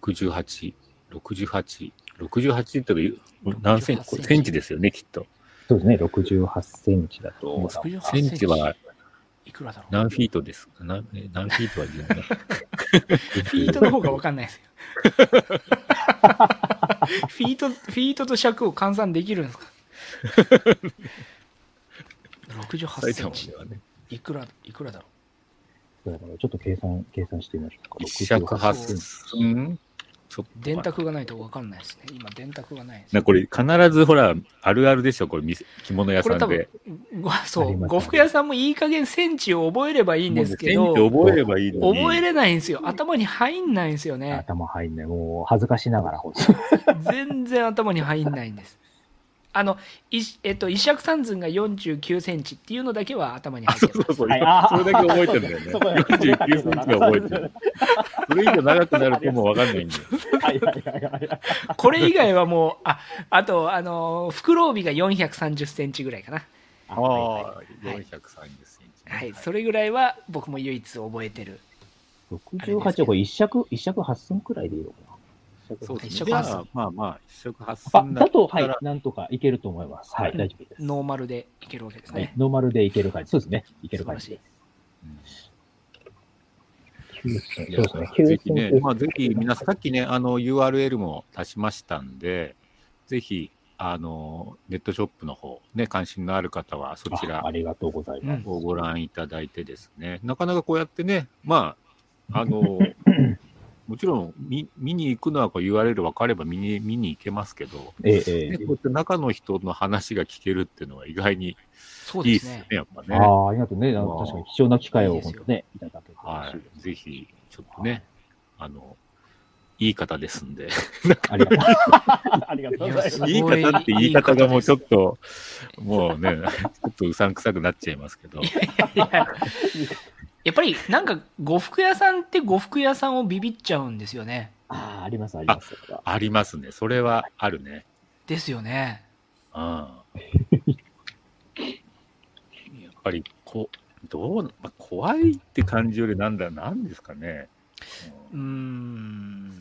68、68、68って言うと何センチこれセンチですよね、きっと。そうですね、68センチだと思います。 68センチいくらだろう何フィートですか何えー何フィートは言えない。フィートの方が分かんないです よ。フィート、フィートと尺を換算できる んですか ?68 埼セン玉チで。はね。いくら、いくらだろそうだからちょっと計算、計算してみましょうか。一尺八寸ちょっうと待電って。卓がないと分かんないですね。今、電卓がないです。なこれ必ずほら、あるあるでしょ、これ店着物屋こされ多ん分で。、ごそありう、ます呉服屋さんもいい加減センチを覚えればいいんですけもうねセンど、チ覚えればいいのに。覚えれないんですよ。頭に入んないんですよね。頭入んない。もう恥ずかしながら放 送。全然頭に入んないんです。あの、いえっと、石尺三寸が49センチっていうのだけは頭に入あ、ってそるうそうそう。はい今それだけ覚えてるんだよね。そこだ49センチは覚えてる。それ以上長くなるともうわかんないんだよ。はいはいはいはい。これ以外はもう、あ、あと、あのー、袋帯が430センチぐらいかな。あああ、430センチ。はい、それぐらいは僕も唯一覚えてる。 68これ一尺、一尺8寸くらいでいいのかな。そうですね。じ一色ゃ発あ寸、まあまあ、一色発あ、寸だだと、はだいか、なんとかいけると思います。はい、うん大丈夫です。ノーマルでいけるわけですはいね。、ノーマルでいける感じ。そうですね。いけ素晴る感らしじい。。そうですいねやそうですね。ぜひね、まあ、ぜひ皆さん、ささっきね、あの、URL も足しましたんで、ぜひ、あの、ネットショップの方、ね、関心のある方は、そちらあありがとうございます。をご覧いただいてですね、なかなかこうやってね、まあ、あの、もちろん見、見に行くのはこう URL 分かれば見に見に行けますけど、ええ、えね、こうえやって中の人の話が聞けるっていうのは意外にそういいでですすよねね、。やっぱね。ああ、ありがとうね。あまのあ確かに貴重な機会いいをです本よ当ね、いただけて嬉はしいい、ぜひ、ちょっとね、あの、いい方ですんで、ありがとう。 ありがとうございすまごす。いいい方って言い方がもうちょっと、もうね、ちょっとうさんくさくなっちゃいますけど、いや やっぱりなんか呉服屋さんって呉服屋さんをビビっちゃうんですよね。ああ、あります、あります。ありますね、それはあるね。ですよね。うん。やっぱりこ、どう、まあ、怖いって感じよりなんだ、なんですかね。うーん。ね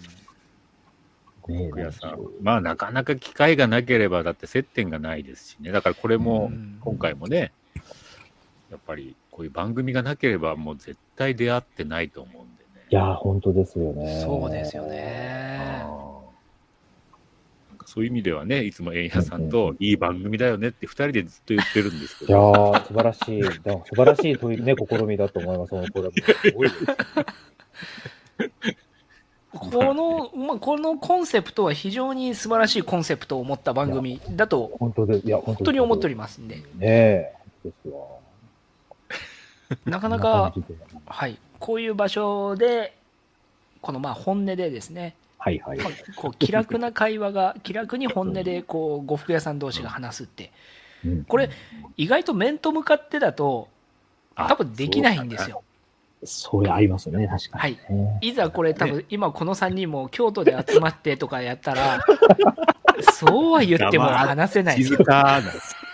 え服屋さん。まあ、なかなか機会がなければ、だって接点がないですしね。だからこれも、ん今回もね、やっぱりこういう番組がなければ、もう絶対出会ってないと思うんでね。いやー、本当ですよね。そうですよ。ね。なんかそういう意味ではね、いつも円谷さんといい番組だよねって2人でずっと言ってるんですけいやど、ー、素晴らしい、でも素晴らしいというね、試みだと思います。これもすごいですこの、まあ、このコンセプトは非常に素晴らしいコンセプトを持った番組だと本当です。いや、本本当に思っておりりますんで、ねえ。ですわ。なかなはか、はい、こういう場所で、このまあ本音でですね、いはい。まあこう気楽な会話が、 気楽に本音でこう呉服屋さん同士が話すって、うんこれ、意外と面と向かってだと、多分できないんですよ。そうや、ありますね、確かに、ね。いざこれ多分今この3人も京都で集まってとかやったら、そうは言っても話せない。静か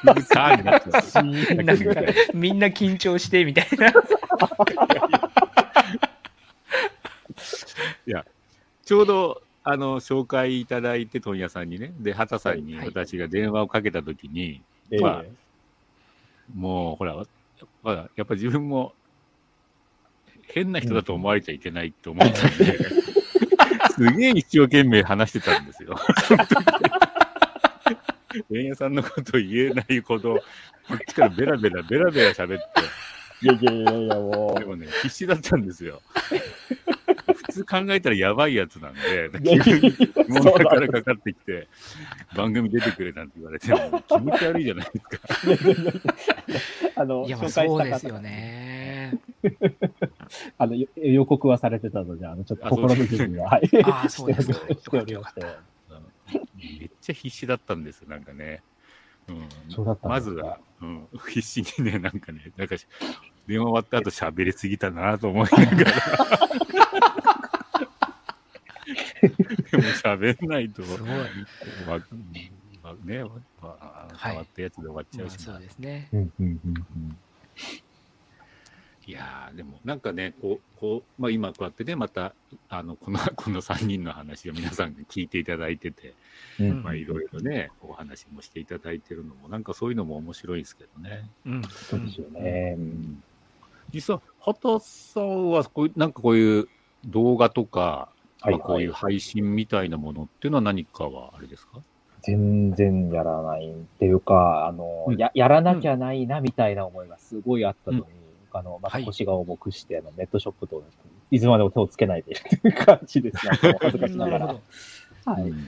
な、静かになって ます。なんかみんな緊張してみたいな。いや、ちょうど、あの、紹介いただいて、問屋さんにね、で、畑さんに私が電話をかけたときに、 えまあえもう、ほら、まあやっぱ自分も、変な人だと思われちゃいけないって思ったん で、すげえ一生懸命話してたんですよ。 問屋さんのこと言えないほど、こっちからベラベラ、ベラベラ喋って、いやいやいやいや、もでもね、必死だったんですよ。普通考えたらやばいやつなんで、う。いやいやいやもうだからかかってきて、番組出てくれなんて言われても、気持ち悪いじゃないですか。 あの、いや、まあ紹介そうしでたす方よね。あの、よ予告はされてたので、あの、ちょっとあそう心の準備は、はい。 ああ、そうですか。よしてかっおたりよまかっしてた。めっちゃ必死だったんですよ、なんかね。うん、そうだったんまですずかは、うん、 必死にね、なんかね、なんかし電話終わった後喋りすぎたなと思いながら。でも喋んないと、すごい。わわね、わわはい変わったやつで終わっちゃまうあしな、そうですね。うんうんうんうんいやーでもなんかねこうこう、まあ、今こうやってねまたあのこの この3人の話を皆さんに聞いていただいてて、うんまあ、いろいろねお話もしていただいてるのもなんかそういうのも面白いですけどねうん。そうですよね。実際畑さんはこういうなんかこういう動画とか、はいまあ、こういう配信みたいなものっていうのは何かはあれですか全然やらないっていうか、あの、うんや、やらなきゃないなみたいな思いがすごいあったのに、うんあの、またはい腰が重くして、あの、ネットショップと、いつまでも手をつけないでっていう感じですね。あの恥ずかしなながるほらど。。はい。うんう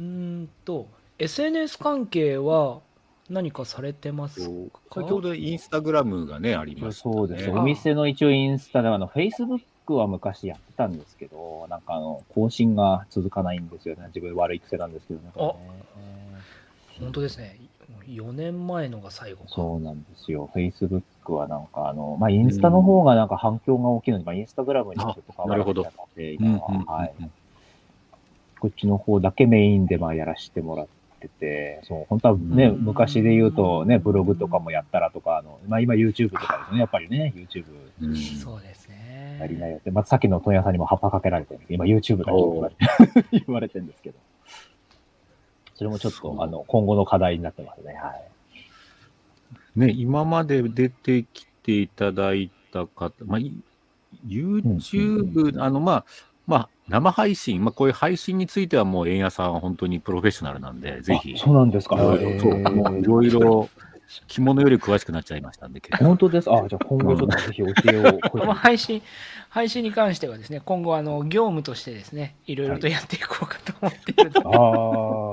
ーんと、SNS 関係は何かされてますかそう先ほどインスタグラムがねありましたねそうですね。あお店の一応インスタでは、あの、Facebook は昔やってたんですけど、なんかあの、更新が続かないんですよね。自分悪い癖なんですけどね。これね本当ですね。4年前のが最後か。そうなんですよ。Facebook はなんかあの、まあ、インスタの方がなんか反響が大きいので、まあ、インスタグラムにちょっと変わってきたので、うんうん今は、はい。うんこっちの方だけメインでまあやらしてもらってて、そう、本当はね、うん昔で言うとね、ブログとかもやったらとか、あの、まあ、今 YouTube とかですね、やっぱりね、YouTube うんそうですね。やりなよって、まあ、さっきの問屋さんにも葉っぱかけられてるんですけど今 YouTube だけって言われて 言われてるんですけど。それもちょっそうと、あの、今後の課題になってますね、はい。ね、今まで出てきていただいた方、まあ、い YouTube、あの、まあ、まあ、生配信、まあ、こういう配信についてはもう、円谷さんは本当にプロフェッショナルなんで、ぜひ、あいそうなんですか。ろへいろーそうもういろいろ、着物より詳しくなっちゃいましたんで、結構。本当です。あ、じゃあ今後ちょっとぜひ教えを。まあ、配信、配信に関してはですね、今後、あの、業務としてですね、いろいろとやっていこうかと思っているの で、ああ、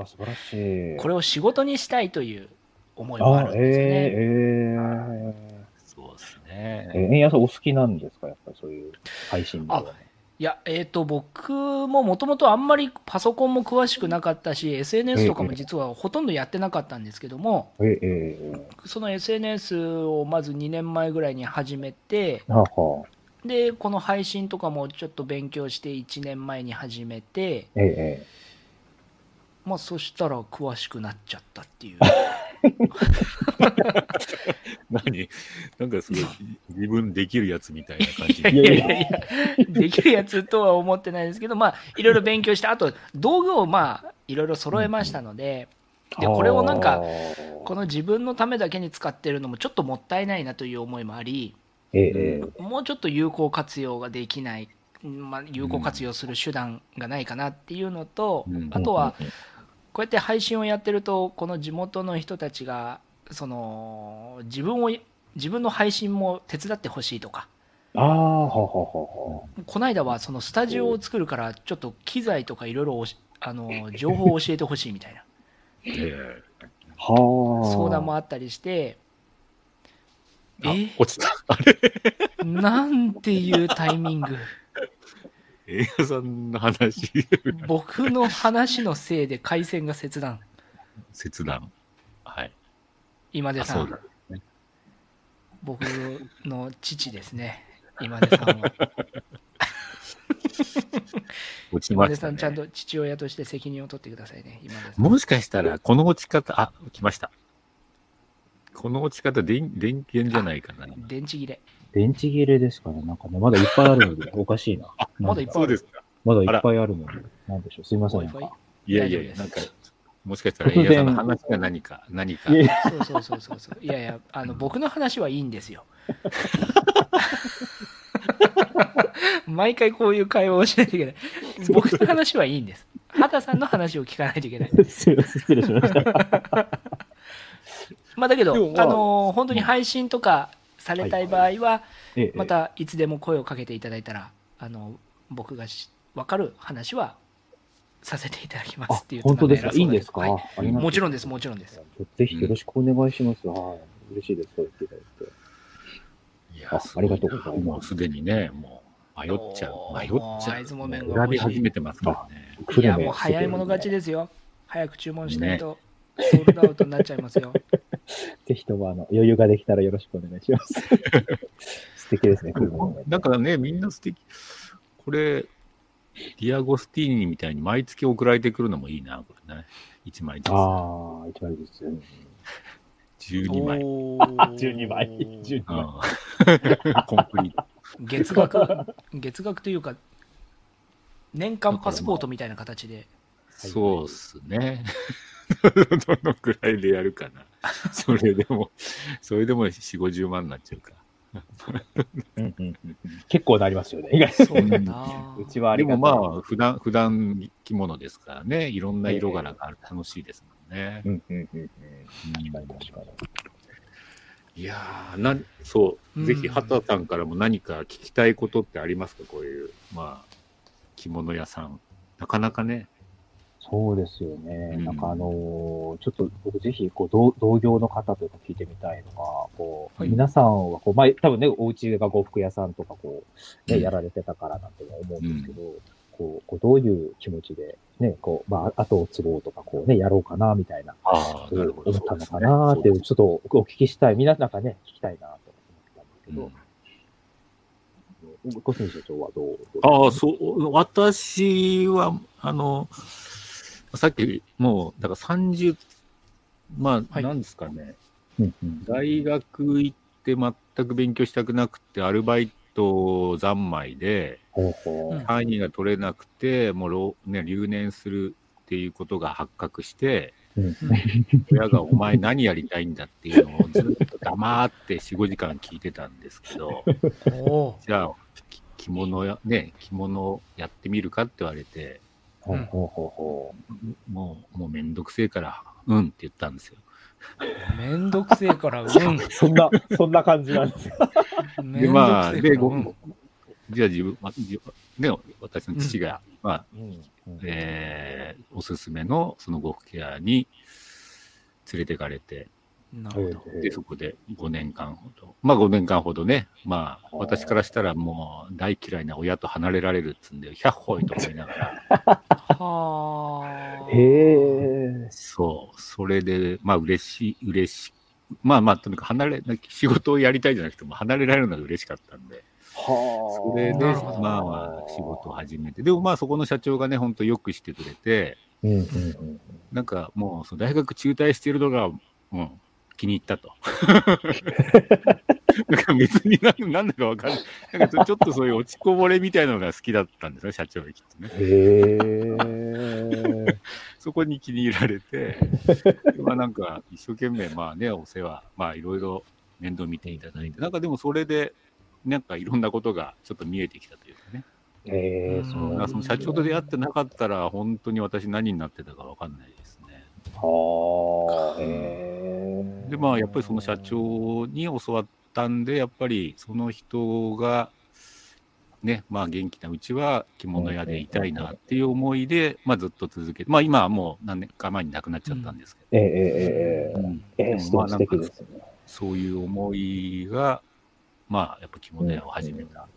素晴らしい。これを仕事にしたいという思いもああるんえですよね。ー、そうですえー、ね。えー、円谷さんお好きなんですかやっぱりそういう配信では。いや、えっ、と、僕ももともとあんまりパソコンも詳しくなかったし、SNS とかも実はほとんどやってなかったんですけども、えー、えー、その SNS をまず2年前ぐらいに始めて、はあはあ、で、この配信とかもちょっと勉強して1年前に始めて、えー、えまあ、そしたら詳しくなっちゃったっていう。何なんかすごい、自分できるやつみたいな感じいやいや いいやいややいや、できるやつとは思ってないですけど、まあ、いろいろ勉強して、あと、道具をまあ、いろいろ揃えましたので、ーでこれをなんかあーこの自分のためだけに使ってるのもちょっともったいないなという思いもあり、えー、えー、もうちょっと有効活用ができない、まあ、有効活用する手段がないかなっていうのと、うんあとは、こうやって配信をやってると、この地元の人たちが、その、自分を、自分の配信も手伝ってほしいとか、ああ、はあはあはこの間はそのスタジオを作るからちょっと機材とかいろいろおしあの情報を教えてほしいみたい なであはあ。はあ。相談もああったりしてあえ落ちた。なんていうタイミング円谷さんの話、僕の話のせいで回線が切断切断。はい。今出あ、さそうんだ。僕の父ですね今出さ んは。落ち今ま出しさた、ん、ちゃんね。と父親として責任を取ってくださいね。今出さん。もしかしたら、この落ち方、あ、来ました。この落ち方、電、電源じゃないかな。電池切れ。電池切れですから、なんかね、まだいっぱいあるので、 おかしいな。まだいっぱいそうですか。まだいっぱいあるので、なんでしょう。すいません。なん Wi-Fi かいやいやいや、大丈夫ですなんか、もしかしたら、エイヤさんの話が何か、何かい。やいやそうそうそうそうそう。いやいや、あの、僕の話はいいんですよ。 毎回こういう会話をしないといけない。僕の話はいいんです。畑さんの話を聞かないといけない。 すいません。失礼しま した。まあだけど、あでもまあのー本当に配信とかされたい場合は、ええま、たいつでも声をかけていただいたら、あの、僕がし分かる話はさせていただきまあすっていうとこ本ろ当がで偉そすかういいんですか、はいありがとうもちろんです、もちろんです。ぜひよろしくお願いします。はい。嬉しいです。そう言っていただいて。いあや、ありがとうございますもうすでにね、もう、迷っちゃう。迷っもうちゃう。会津木綿が選び始めてますからね。いや、久留米もう早い者勝ちですよ。早く注文しないと、ソールドアウトになっちゃいます よ。ぜひともあの余裕ができたらよろしくお願いします。 素敵ですね、久留米の。だからね、みんな素敵。これ、ディアゴスティーニみたいに毎月送られてくるのもいいな、これね。1枚ずああ、一枚ずつ。つ。12枚。うんお ー12枚。12枚。 コンプリート。月額、 月額というか、年間パスポートみたいな形で、そうっすね。 どのくらいでやるか な。それでも、それでも4、50万になっちゃうか。うんうんうん結構なりますよね。意外そうだだなな。うちはあでりがもたいまあ、普段、普段着物ですからね、いろんな色柄がある、楽しいですもんね。うんうんうんうん。確かうんに確かに。いやーなんそう、うんぜひ畑さんからも何か聞きたいことってありますかこういう、まあ、着物屋さん。なかなかね。そうですよね。うんなんかあのーちょっと僕ぜひこう同同業の方というか聞いてみたいのが、こう、はい皆さんはこう、まあ、多分ね、お家が呉服屋さんとかこう、うね、んやられてたからなんて思うんですけど、こう、こうどういう気持ちで、ね、こう、まあ、後を継ごうとか、こうね、やろうかな、みたいな、あ思ったのかなっていう、ちょっとお聞きしたい。みんななんかね、聞きたいなと思ったんだけど、ご先生長はどうどうああ、そう、私は、あの、さっき、もう、だから30、まあ、はいなんですかね、うんうん大学行って全く勉強したくなくて、アルバイト三昧で、ほうほううん単位が取れなくて、もうろ、ね、留年するっていうことが発覚して、うん親がお前何やりたいんだっていうのをずっと黙って4、5時間聞いてたんですけど、おーじゃあ、き着物や、ね、着物やってみるかって言われて、ほうほうほうほう。もう、もうめんどくせえから、うんって言ったんですよ。めんどくせえ から、うん。そんな、そんな感じなんですか。めで、んどくせえから、まあ、で、ごうんじゃあ自分、まじね、私の父が、まあ、えーおすすめのその呉服屋に連れてかれて、なえるほど。ーで、そこで5年間ほど。まあ5年間ほどね。まあー私からしたらもう大嫌いな親と離れられるっつうんで、100歩いと思いなが ら。はあ。へえ。そう。それで、まあ嬉しい、嬉しい。まあまあ、とにかく離れ、仕事をやりたいじゃなくても離れられるのが嬉しかったんで。はそあ。れで、なるほどまあまあ仕事を始めて。でもまあそこの社長がね、ほんとよくしてくれて、うんうんうん。なんかもうその大学中退してるのが、うん、気に入ったと。 なんか別に何なんだかわかんない。なんかちょっとそういう落ちこぼれみたいなのが好きだったんですね、社長がきっとね。へえ。 そこに気に入られて、まあなんか一生懸命まあね、お世話、まあいろいろ面倒見ていただいて、なんかでもそれで、なんかいろんなことがちょっと見えてきたというかね。ええ、うんそだうかならんその社長と出会ってなかったら、本当に私何になってたかわかんないですね。はあ。へえ。でまあやっぱりその社長に教わったんでやっぱりその人がねまあ元気なうちは着物屋でいたいなっていう思いで、まあ、ずっと続けてまあ今はもう何年か前に亡くなっちゃったんですけええ。ええど、ええ。えでえ、もすまごあなんい素敵かですね。そういう思いがまあやっぱ着物屋を始めた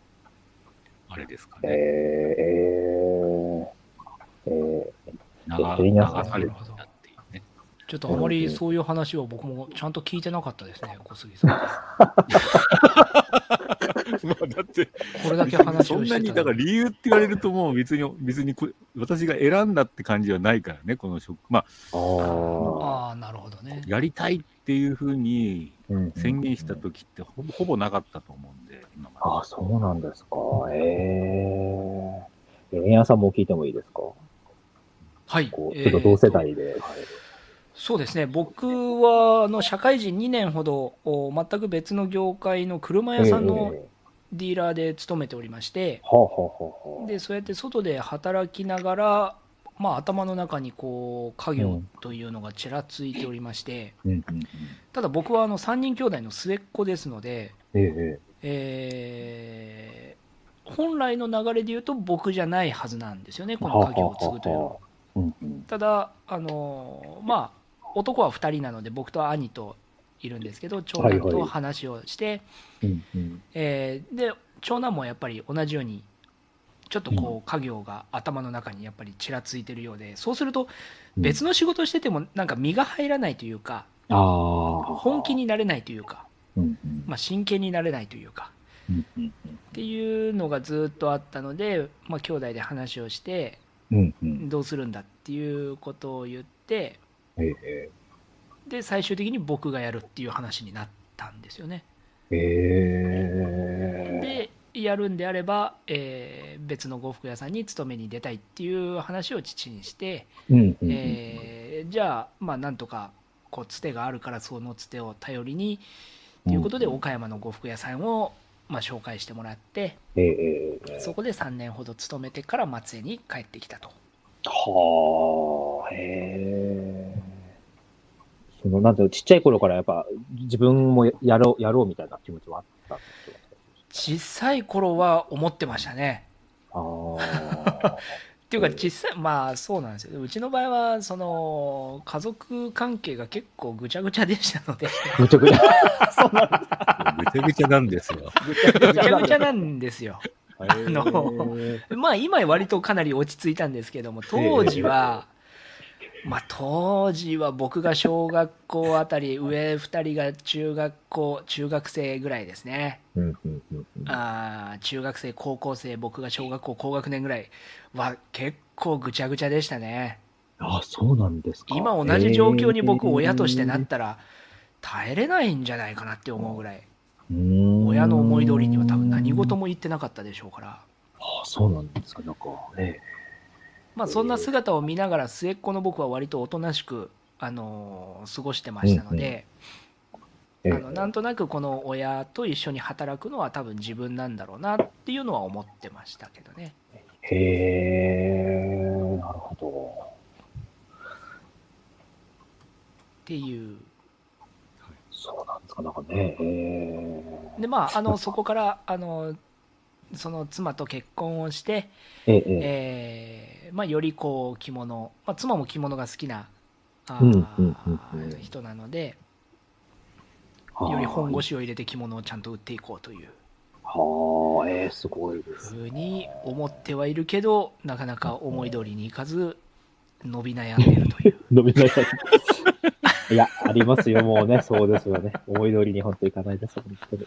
あれですかええね、ええ。ええ。長ええ流されてきたっていうね。ちょっとあまりそういう話は僕もちゃんと聞いてなかったですね、小杉さん。 まあだって、これだけ話そをんしなてに、ただからら理由って言われるともう別に、別にこ私が選んだって感じはないからね、この職。まあ、あああ、なるほどね。やりたいっていうふうにうん宣言した時ってほぼほぼなかったと思うんで、今まであ、そうなんですか。ええー。エンヤさんも聞いてもいいですかこはい。う、えちょっとー同世代で。そうですね。僕は、あの、社会人2年ほど、お全く別の業界の車はい屋さんえのえディーラーで勤めておりまして、はあ、はあはあはあ、で、そうやって外で働きながら、まあ、頭の中にこう家う業んというのがちらついておりまして、うんうんうんただ僕はあの3人兄弟の末っ子ですので、ええええー本来の流れで言うと僕じゃないはずなんですよね、えこの家業を継ぐというのは。はあはあはあうんうんただ、あのーまあ、男は2人なので、僕と兄といるんですけど、長男はいとはい話をして、うんうんえーで長男もやっぱり同じように、ちょっとこう、家業が頭の中にやっぱりちらついてるようで、そうすると、うん別の仕事をしてても、なんか身が入らないというか、ああ。本気になれないというか、うんうんまあ、真剣になれないというか。うんうんっていうのがずっとあったので、まあ、兄弟で話をしてうんうん。どうするんだっていうことを言ってえええで最終的に僕がやるっていう話になったんですよね。ええでやるんであれば、えー別の呉服屋さんに勤めに出たいっていう話を父にして、え。うんうんうん。えーじゃあまあなんとかこうつてがあるからそのつてを頼りにということでうん岡山の呉服屋さんを、まあ、紹介してもらってええええええそこで3年ほど勤めてから松江に帰ってきたと。はあ、へえ。その、なんていうのちっちゃい頃からやっぱ自分もやろう、やろうみたいな気持ちはあったんですよ。小さい頃は思ってましたね。ああ。っていうかうん小さい、まあそうなんですよ。うちの場合は、その、家族関係が結構ぐちゃぐちゃでしたので、 むちゃくちゃ。ぐちゃぐちゃなんです よ。ぐちゃぐちゃなんですよ。あのまあ今は割とかなり落ち着いたんですけども、当時は、まあ当時は僕が小学校あたり、上2人が中学校、中学生ぐらいですね。 うんうんうんうん。あー中学生、高校生、僕が小学校高学年ぐらいは結構ぐちゃぐちゃでしたね。ああ、そうなんですか。今同じ状況に僕へえ親としてなったら耐えれないんじゃないかなって思うぐらいうーん親の思い通りには多分何事も言ってなかったでしょうからああ、そうなんですか。なんか、ねまあそんな姿を見ながら末っ子の僕は割とおとなしくあのー過ごしてましたのでえ。えあのなんとなくこの親と一緒に働くのは多分自分なんだろうなっていうのは思ってましたけどねへえ、なるほど。っていうそうなんですか。なんかね。へでまああのそこからあのその妻と結婚をしてえええええ。えーまあ、よりこう着物、まあ、妻も着物が好きなあうんーうんうんうん人なのでああより本腰を入れて着物をちゃんと売っていこうというはあ、ええすごいですふ。うに思ってはいるけどなかなか思い通りにいかず伸び悩んでいるという伸びなさい。いや、ありますよ、もうね、そうですよね。思い通りに本当いかないです、本当に。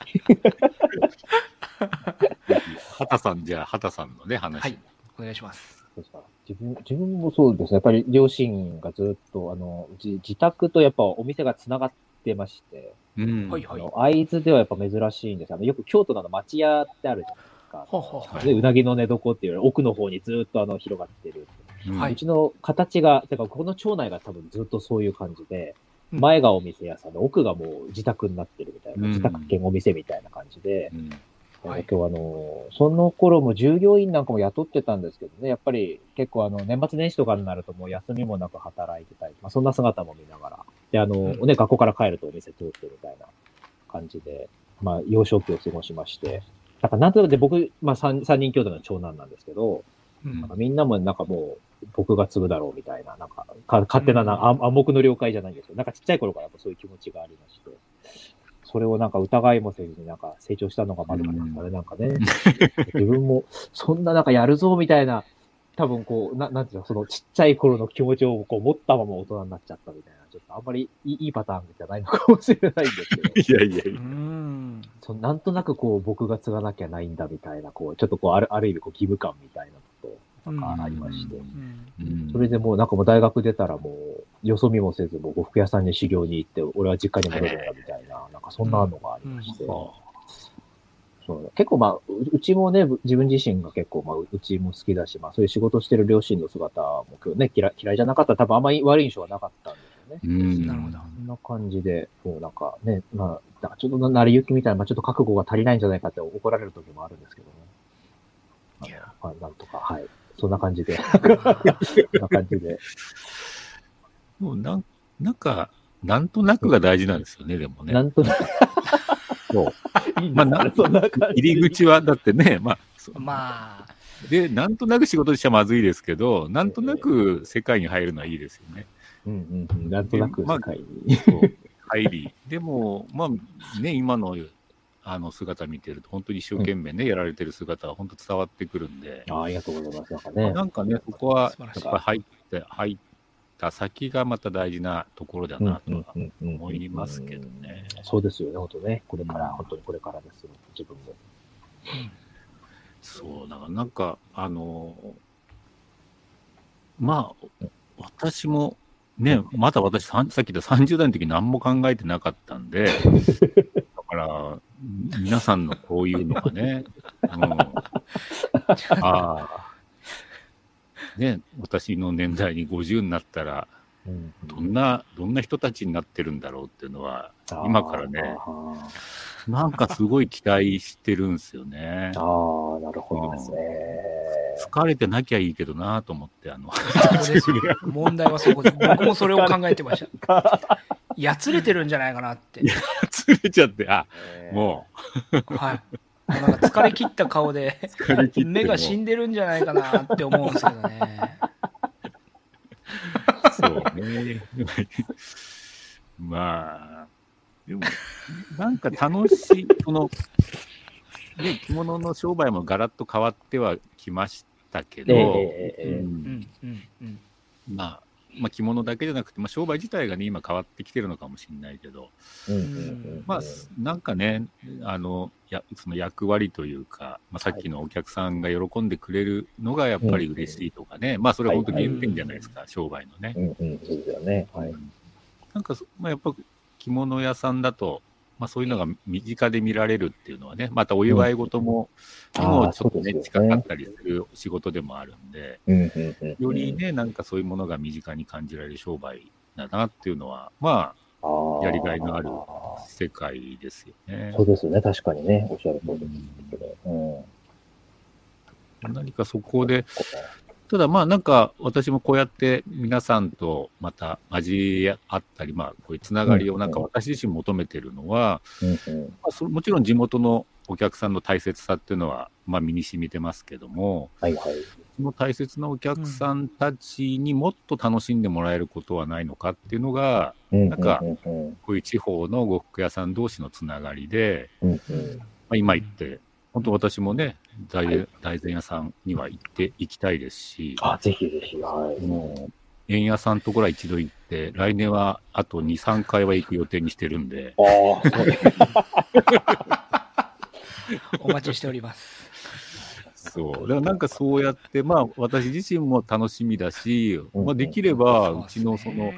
畑さんじゃあ、畑さんのね、話。はいお願いしますそうですか自分自分もそうですね、やっぱり両親がずっと、あのじ自宅とやっぱお店がつながってまして、うん。はいはいあの会津ではやっぱ珍しいんですあのよく京都のあの町屋ってあるじゃないですか。ほうほうほはういでうなぎの寝床っていう奥の方にずっとあの広がってる。うんはいうちの形が、てかこの町内が多分ずっとそういう感じうで、ん前がお店屋さんで奥がもう自宅になってるみたいな、うん自宅兼お店みたいな感じで、うんはい今日あの、その頃も従業員なんかも雇ってたんですけどね、やっぱり結構あの、年末年始とかになるともう休みもなく働いてたり、まあ、そんな姿も見ながら、で、あの、うんね、学校から帰るとお店通ってみたいな感じで、まあ、幼少期を過ごしまして、なんかなんとなくで僕、まあ三三人兄弟の長男なんですけど、うんなんかみんなもなんかもう、僕が継ぐだろうみたいな、なんか、か勝手なな、あ暗黙の了解じゃないんですけど、なんかちっちゃい頃からやっぱそういう気持ちがありまして、それをなんか疑いもせずになんか成長したのがまだまだですかね、なんかね。自分も、そんななんかやるぞみたいな、多分こう、ななんていうの、そのちっちゃい頃の気持ちをこう持ったまま大人になっちゃったみたいなちょっとあんまりいいいいパターンじゃないのかもしれないんですけ いど、やいやいやう。ん。そうなんとなくこう僕が継がなきゃないんだみたいな、こう、ちょっとこう、あるある意味こう義務感みたいなことがありましてう。うんうんそれでもうなんかもう大学出たらもう、よそ見もせず、もう呉服屋さんに修行に行って、俺は実家に戻るんだみたいな、なんかそんなのがありまして。そう結構まあ、ううちもね、ぶ自分自身が結構まあ、ううちも好きだし、まあそういう仕事してる両親の姿も今日ね、嫌い嫌いじゃなかったら多分あんまり悪い印象はなかったんですよね。うんなるほど。そんな感じで、もうなんかね、まあ、なんかちょっとな成り行きみたいな、まあちょっと覚悟が足りないんじゃないかって怒られる時もあるんですけどね。いやまあ、なんとか、はい。そんな感じで、そんな感じで。もうなんなんか、なんとなくが大事なんですよね、でもね。なんとなく、そういい んまだあなそんな感じ。入り口はだってね、まあ、そまあ、で、なんとなく仕事しちゃまずいですけど、なんとなく世界に入るのはいいですよね。うんうんうん、なんとなく世界 に。そう入り。でも、まあ、ね、今のあの姿見てると、本当に一生懸命ね、やられてる姿は本当伝わってくるんで、あありがとうございます。なんかね。なんかね、そこは素晴やらっしいぱ入って、入った先がまた大事なところだなとは思思いますけどね。そうですよね、本当ね。これから、うん本当にこれからですよ、自分も。そう、だからなんか、あのまあ、私も、ね、まだ私、さんさっき言った30代の時何も考えてなかったんで、だから、皆さんのこういうのがね、うん、ああ、ね、私の年代に50になったら、うんどんな、どんな人たちになってるんだろうっていうのは、今からねあーなんかすごい期待してるんですよね あ。ー、なるほどですね。疲れてなきゃいいけどなと思って、あの、そうですよ問題はそこです。僕もそれを考えてました。やつれてるんじゃないかなって。釣れちゃって、あ、もはい。なんか疲れ切った顔で、う、疲れ切っても 目が死んでるんじゃないかなって思うんですけどね。そうね。まあ、でも、なんか楽しい、その、ね、着物の商売もガラッと変わってはきましたけえど、えええええうんうんうんうん。まあ、まあ、着物だけじゃなくて、まあ、商売自体がね、今変わってきてるのかもしれないけど、うんうんまあ、なんかね、あの、やその役割というか、まあ、さっきのお客さんが喜んでくれるのがやっぱり嬉しいとかね、まあ、それは本当原点じゃないですか、商売のね。うんうん、そうですよね。はい。なんかそ、まあ、やっぱ着物屋さんだと、まあ、そういうのが身近で見られるっていうのはね、またお祝い事も、うん昨あ日ーちょっとね、そうですよ近ねかったりする仕事でもあるんで、うんうんうんうんより、ね、なんかそういうものが身近に感じられる商売だなっていうのは、まあーやりがいのあるあ、世界ですよねそう。ですね、確かにね、おっしゃる通りですけど。うん。何かそこで、ただまあなんか私もこうやって皆さんとまた交わったり、まあこういうつながりをなんか私自身求めてるのは、うんうんまあ、そもちろん地元のお客さんの大切さっていうのは、まあ、身に染みてますけども、はいはい。その大切なお客さんたちにもっと楽しんでもらえることはないのかっていうのが、ななんかうんうんこういう地方の呉服屋さん同士のつながりで、うんううんん。まあ、今言って、本当私もね、大大膳屋さんには行っていきたいですし、あ、ぜひぜひ、はい。もう、円屋さんところは一度行って、来年はあと2、3回は行く予定にしてるんで、ああ、そうお待ちしております。そう。だからなんかそうやって、まあ私自身も楽しみだし、うんまあできれば、そううっすちねのその、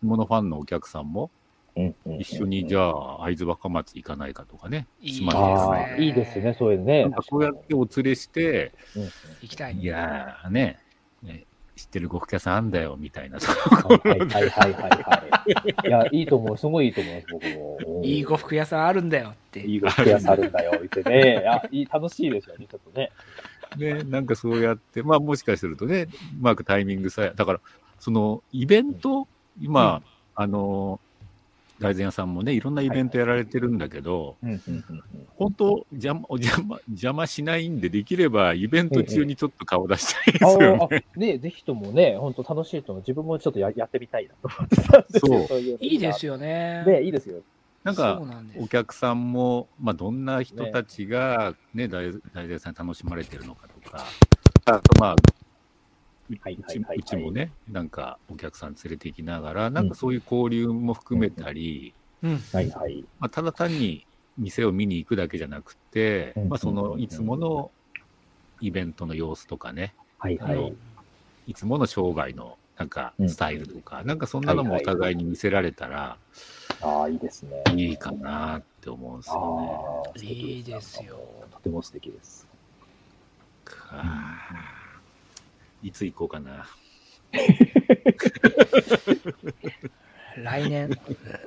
着物ファンのお客さんも、うんうんうん一緒にじゃあ、会津若松行かないかとかね。いいです島根あねあ、。いいですね、。そういうのね。なんかこうやってお連れして、うんうん行きたい。いやーね、ね知ってる呉服屋さんあんだよ、みたいな。はいはいはいはいはい。いや、いいと思う、すごいいいと思います、僕も。うんいい呉服屋さんあるんだよって。いい呉服屋さんあるんだよ、言ってね。いや、いい、楽しいですよね、ちょっとね。ね、なんかそうやって、まあもしかするとね、うまくタイミングさえ、だから、そのイベント、今、あの、大前屋さんもね、いろんなイベントやられてるんだけど、うんうんうん本当邪魔、邪魔、邪魔しないんで、できればイベント中にちょっと顔出したいですうん。よあね。あ、ね、ぜひともね、本当楽しいと思う。自分もちょっとややってみたいなと思ってたんですよそうそういうのがいいですよね。ね、いいですよ。なんそかう、なんですお客さんも、まあ、どんな人たちが、ね、大大前さんに楽しまれてるのかとか、あと、まあ、うはいはいうちはいうちもね、なんかお客さん連れて行きながら、なんかそういう交流も含めたり、うん。はいはい。まあ、ただ単に店を見に行くだけじゃなくて、うんまあ、そのいつものイベントの様子とかね、はいはあいの。いつもの商売のなんかうんスタイルとか、なんかそんなのもはおいはい互いに見せられたらああ、いいですね。いいかなって思うんですあよね。あ、いいですよ。とても素敵です。かいつ行こうかな。来年、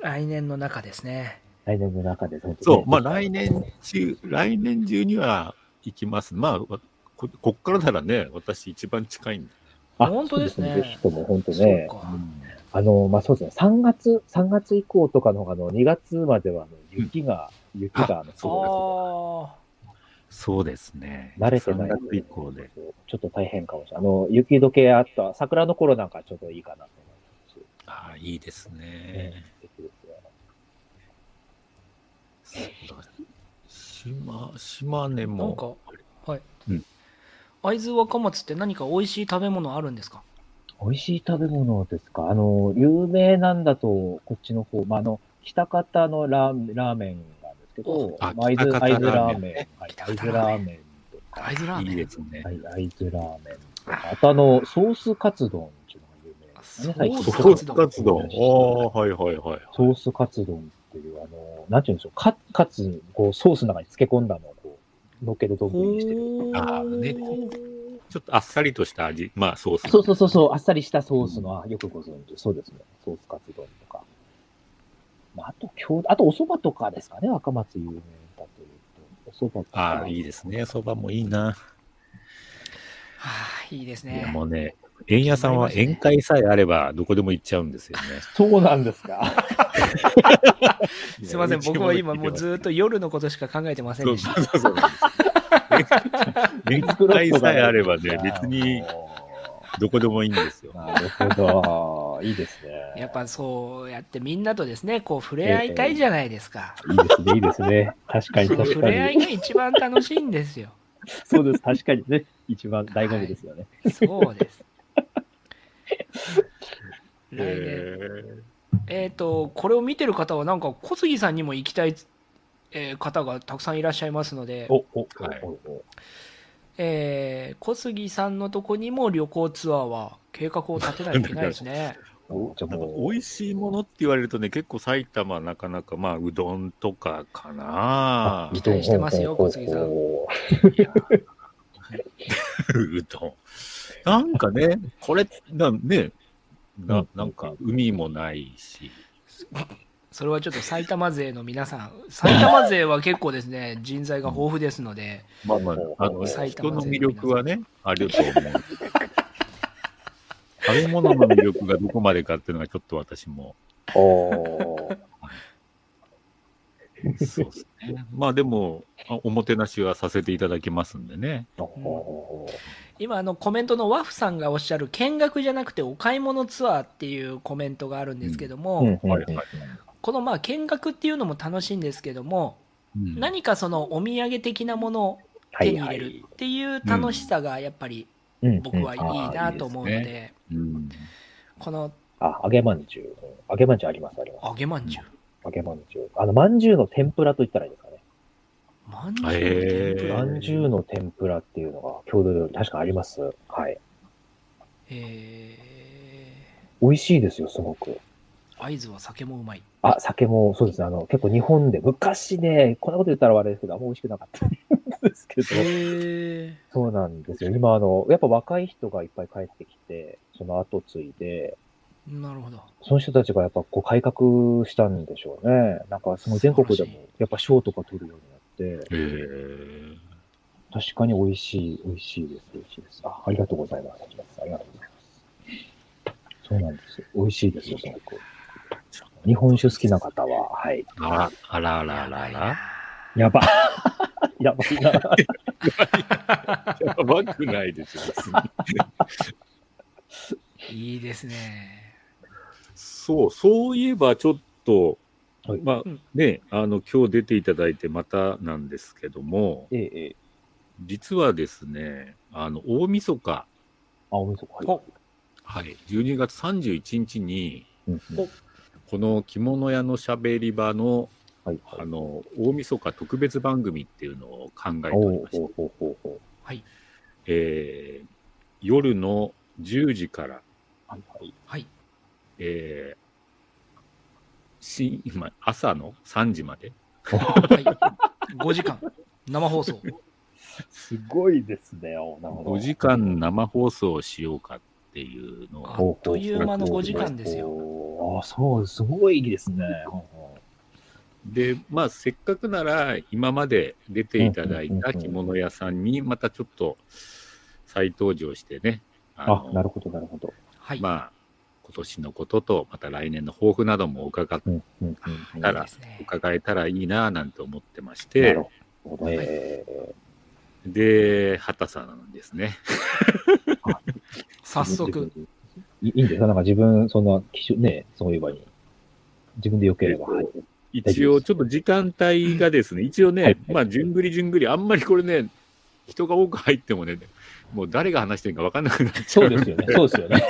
来年の中ですね。来年の中で、そう、まあ来年中、来年中には行きます。まあ、わここっからならね、私一番近いんで。あ本当ですねそうぜひとも本当そうね。か。あの、まあ、そうですね。3月、3月以降とかの方が、あの、2月までは、あの、雪が、雪が、あの、そあうですあ。そうですね。慣れてない3月以降で。そうちょっと大変かもしれない。あの、雪解けあった、桜の頃なんかちょうどいいかなと思いああ、いいですますし。ね。素敵ですね。そうだ島、島根なんも。か、はい。うん会津若松って何か美味しい食べ物あるんですか美味しい食べ物ですかあの、有名なんだと、こっちの方、まあ、あの、北方のラーラーメンなんですけどお、あまあ会津北方会津ララーメーンメン、はい北方会津ララーーメンとか、会津ラーいメいン。ですね。はい会津ラーメンとか、あとあの、ソースカツ丼っていうのが有名ですね。あ最近ソソーーススカカツツ丼丼。ああ、はいはいはい。ソースカツ丼っていう、あの、なんていうんでしょう、カカツにこう、ソースの中に漬け込んだのをこう、乗っけて丼にしてる。ほーああねちょっとあっさりとした味、まあソース。そうそうそうそう、あっさりしたソースの、あよくご存知、そうですね、ソースカツ丼とか。まあ、あと、今日、あとお蕎麦とかですかね、若松有名だというと。お蕎麦とか。ああ、いいですね。そばもいいな。はあ、いいですいやね。もうね、円屋さんは宴会さえあればどこでも行っちゃうんですよね。そうなんですか。すいません、僕は今もうずっと夜のことしか考えてませんそうでした。そうそうそうなんですよ。宴会さえあれば ね、別にどこでもいいんですよ。なるほど。いいですね。やっぱそうやってみんなとですね、こう触れ合いたいじゃないですか。いいですね、いいですね。確かに、その確触かれ合いに。が一番楽しいんですよ。そうです、確かにね。一番醍醐味ですよね。そうです。 来年、ええっ、と、これを見てる方は、なんか小杉さんにも行きたい、えー方がたくさんいらっしゃいますので、お、お、はいお、お、えー小杉さんのとこにも旅行ツアーは計画を立てないといけないですね。お、じゃあもうー、美味しいものって言われるとね、結構埼玉はなかなか、まあ、うどんとかかな。期待してますよほう小杉さんほういや うどん。なんかね、これ、なね、ななんか海もないし、それはちょっと埼玉勢の皆さん、埼玉勢は結構ですね、人材が豊富ですので、まあまあ、あの埼人玉の勢の皆さん魅力はね、あると思う。 食べ物の魅力がどこまでかっていうのがちょっと私も、ほう。そうですね。まあでも、あおもてなしはさせていただきますんでね。おお今あのコメントのワフさんがおっしゃる見学じゃなくてお買い物ツアーっていうコメントがあるんですけども、うんはいはいこのまあ見学っていうのも楽しいんですけども、うん何かそのお土産的なものをは手いに入れるっていう楽しさがやっぱりい僕はいいなと思うのうんうんあーいいで、うんこのあ、揚げまんじゅう。揚げまんじゅうあります、あります。揚げまんじゅう、揚げまんじゅう。あの、まんじゅうの天ぷらと言ったらいいですかね。まんじゅうのへ天ぷーまら、んじゅうの天ぷらっていうのが郷土料理、確かあります。はい。え美味しいですよ、すごく。ー、合図は酒もうまい。あ、酒も、そうですね。あの、結構日本で、昔ね、こんなこと言ったら悪いですけど、あんま美味しくなかったんですけど。えそうなんですよ。今、あの、やっぱ若い人がいっぱい帰ってきて、その後継いで、ー、なるほど。その人たちがやっぱこう改革したんでしょうね。なんかその全国でもやっぱ賞とか取るようになって、えー確かに美味しい、美味しいです、美味しいです。あ、ありがとうございます。ありがとうございます。そうなんですよ。美味しいですよ、すごく。日本酒好きな方は、はい。あら、あらあらあらあやばいら。なやば。 やばい な。やばくないですよ、別にいいですね。そう、そういえばちょっと、はいまあうんね、あの、今日出ていただいてまたなんですけども、ええ、ええ。実はですね、あの、大晦日あ、おみそか。はいおはい、12月31日に、うんうんこの着物屋のしゃべり場のはいあの大晦日特別番組っていうのを考えておおりうましおてう、おうおうおうえー夜の10時から、はいはい。はい。えーし今朝の3時まで、はい。5時間。生放送。すごいですね。おなるほど。 5時間生放送をしようかっていうのあを、ほうほうほう。っという間の5時間ですよ。よ。あ、そう、すごいですね。ほうほで、まあ、せっかくなら、今まで出ていただいた着物屋さんに、またちょっと再登場してね、あうのあ、なるほど、なるほど。はい。まあ、今年のことと、また来年の抱負なども伺っうん、うん、あーだいいらですね。伺えたらいいなぁなんて思ってましうん。なてる、ほど。えーで、畑さんですね。早速。。いいいんですかなんか自分、そんな、機種ね、そういう場に。自分でよければ。はい一応、ちょっと時間帯がですね、一応ね、はいまあ、じゅんぐりじゅんぐり、あんまりこれね、人が多く入ってもね、もう誰が話してるか分かんなくなっちゃそううですよ ね。そうですよね。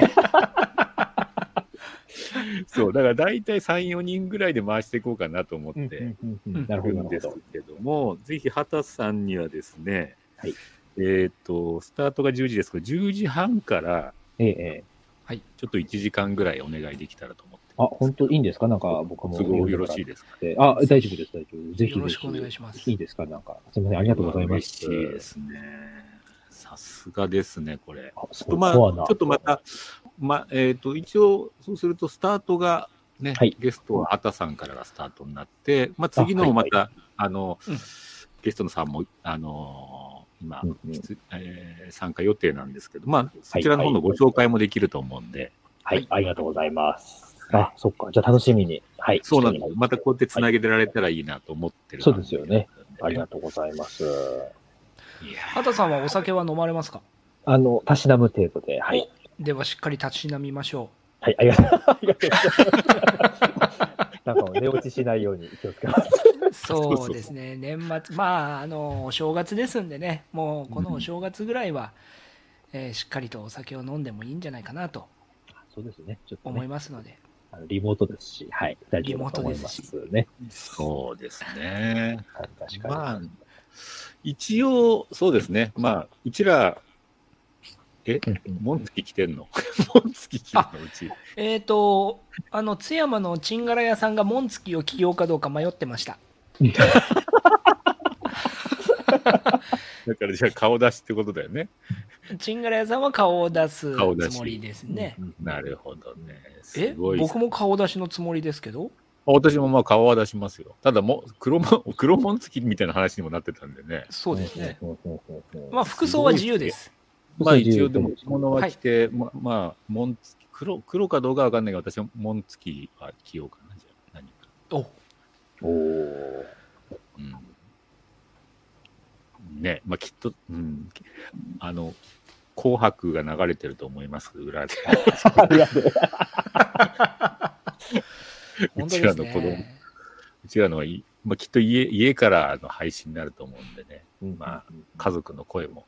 そう、だから大体3、4人ぐらいで回していこうかなと思ってるうんうんうんなるほど、んなるですほど。けども、ぜひ畑さんにはですね、はいえっ、と、スタートが10時ですけど、10時半からええええ。ちょっと1時間ぐらいお願いできたらと思って。あ、本当いいんですかなんか僕も。都合よろしいですかえーあ、大丈夫です、大丈夫。ぜひ。よろしくお願いしますいいですかなんか。すみません、ありがとうございます。嬉しいですね。さすがですね、これ。あ、ちすょっとごい、まあ、ちコアなょっとまた、ま、えっ、と、一応、そうすると、スタートが、ね、はいゲストは、あたさんからがスタートになって、まあ、次のあもはまいた、あ,、の、うんゲストのさんも、あのー今、うんうん出えー参加予定なんですけど、まあ、そちらの方のご紹介もできると思うんで、はい、ありがとうございます。あ、そっか。じゃあ楽しみに。はい。そうなんで。ですまたこうやってつなげてられたらいいなと思ってる、そうですよね。あありりががとうございます。とう。いや畑さんはお酒は飲まれますかあの、たしなむ程度で、はい。ではしっかり立ちなみましょはい、ありがとうありがとうございます。 なんか寝落ちしないように気をつけます。う。そうですね。年末、まあ、あの、お正月ですんでね、もうこのお正月ぐらいは、えーしっかりとお酒を飲んでもいいんじゃないかなとそうですね。ちょっと、思いね、ますので、あのリモートですし、はい。大丈夫だと思いますね。そうですね。はい、確かに。まあ、一応、そうですね。まあ、うちら、え、うんうん紋付き着てんの 紋付き着てんのうち。えっ、と、あの、津山のチンガラ屋さんが紋付きを着ようかどうか迷ってました。だから、じゃあ顔出しってことだよね。チンガラ屋さんは顔を出す顔出しつもりですね。うんうんなるほどね。すえごい。僕も顔出しのつもりですけど、あ私もまあ顔は出しますよ。ただも、黒も、 黒紋付きみたいな話にもなってたんでね。そうですね。うんうんうんうんうん。まあ、服装は自由です。まあ一応でもそうです着 物は着て、ままあ、紋付き、黒、黒かどうかわかんないけど、私は紋付きは着ようかな、じゃあ。何か。おおーうんね、まあ、きっと、うん、あの、紅白が流れてると思います、裏で。う本当ちでらすの子供、ね。うちらのい、まあ、きっと家家からの配信になると思うんでね、うんま家族の声も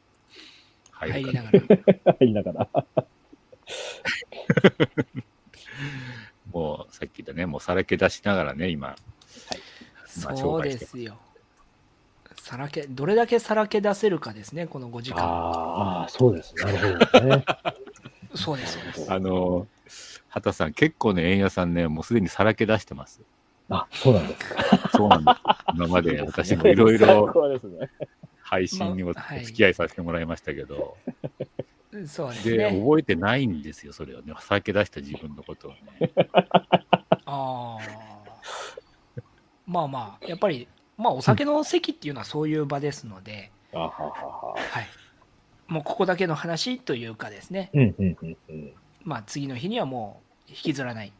入入るりかなら、がら。入りながら。もうさっき言ったね、もうさらけ出しながらね、今、 まあそうですよ。さらけ、どれだけさらけ出せるかですね、この5時間。ああ、そうです。なるほどね。そうです、そうです。あの、畑さん、結構ね、円屋さんね、もうすでにさらけ出してます。あ、そうなんですか。そうなんです。今まで私もいろいろそうですね。配信にもおまあはい付き合いさせてもらいましたけど、そうですで、ね。覚えてないんですよ、それをね。さらけ出した自分のこと をね。ああ。まあまあ、やっぱり、まあ、お酒の席っていうのはそういう場ですので、あははは。はい。もうここだけの話というかですね、うんうんうんうん。まあ、次の日にはもう引きずらない。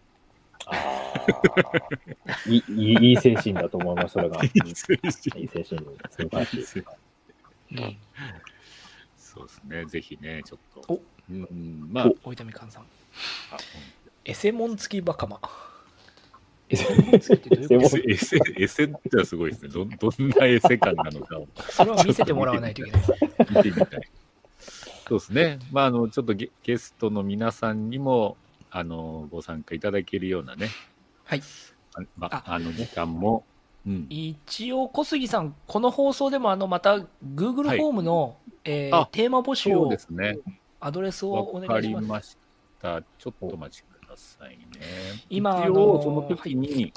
ああ。いいいいいい精神だと思います、それが。いい精神。素晴らしい。うん。そうですね、ぜひね、ちょっおと。うん、まあ、大分みかんさん。あエセモン付きバカマ。エセモン付きってどういうエセこモエンセ、エセ、とエセってのはすごいですね。ど、どんなエセ感なのかをそれは見せてもらわないといけない。見てみたい。そうですね。まあ、あの、ちょっとゲゲストの皆さんにも、あの、ご参加いただけるようなね、はい。あまああの、時間も、うん。一応、小杉さん、この放送でも、あの、また、は Google いフォームの、えーあテーマ募集そうをで、すね。アドレスをおわ願かいしります。ました。ちょっとお待ちくださいね。今一あの応、ーその時に、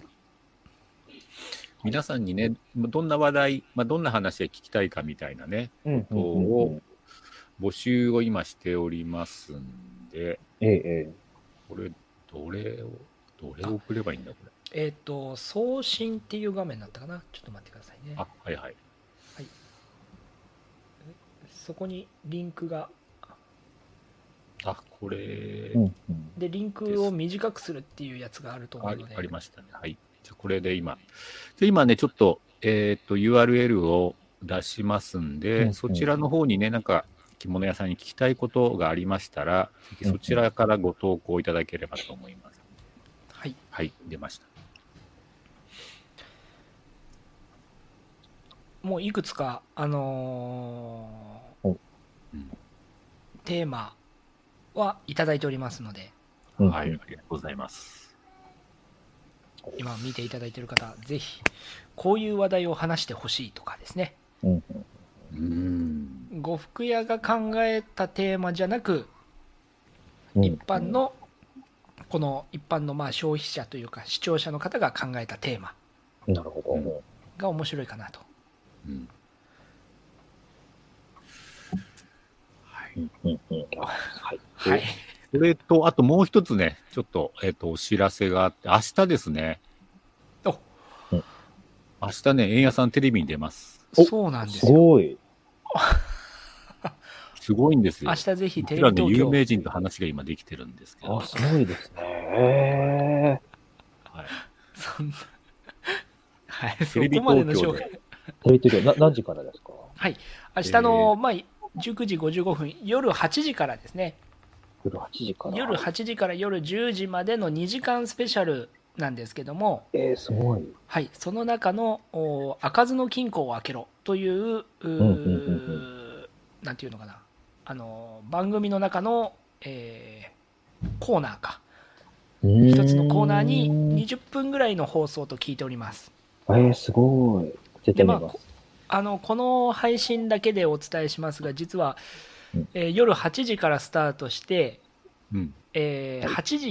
皆さんにね、どんな話題、まあ、どんな話が聞きたいかみたいなね、うんことを募集を今しておりますんで、ええ、えこれ、どれを、どれを送ればいいんだ、これ。えっ、と、送信っていう画面だったかな。ちょっと待ってくださいね。あ、はいはい。そこにリンクが、あ、これえ。う、んうんで、リンクを短くするっていうやつがあると思あうりので、ありましたね。はい。じゃあこれで今。で今ね、ちょっと、えっ、と、URL を出しますんで、うんうんそちらの方にね、なんか、着物屋さんに聞きたいことがありましたら、ぜひそちらからご投稿いただければと思います。はい。はい、出ました。もういくつか、あのーおうんテーマはいただいておりますので、うんはい、ありがとうございます。今見ていただいている方、ぜひ、こういう話題を話してほしいとかですね、うんうーん。呉服屋が考えたテーマじゃなく、うん一般の、この一般のまあ消費者というか、視聴者の方が考えたテーマなるほど。うんが面白いかなと。うん。うんうんうんあはい。はい。それと、あともう一つね、ちょっと、えっ、と、お知らせがあって、明日ですね。お明日ね、円屋さんテレビに出ます。おそうなんですすよ。ごい。すごいんですよ。明日ぜひテ僕レらビね、東有京。名人と話が今できてるんですけあ、ど、はいすごいですね。そんな。 はい、そテレビこまでの東京紹で介。テレビ東京、な何時からですか明日の、まあ、19時55分、夜8時からですね、夜8時から。夜8時から夜10時までの2時間スペシャルなんですけども、えー、すごい。はい、その中のお開かずの金庫を開けろという、うーうんうんうなんていうのかな、あの番組の中の、えーコーナーか、一一つのコーナーに20分ぐらいの放送と聞いております。えー、すごい。絶対見でままあす。あのこの配信だけでお伝えしますが、実はうん、えー夜8時からスタートして、うん、えー8時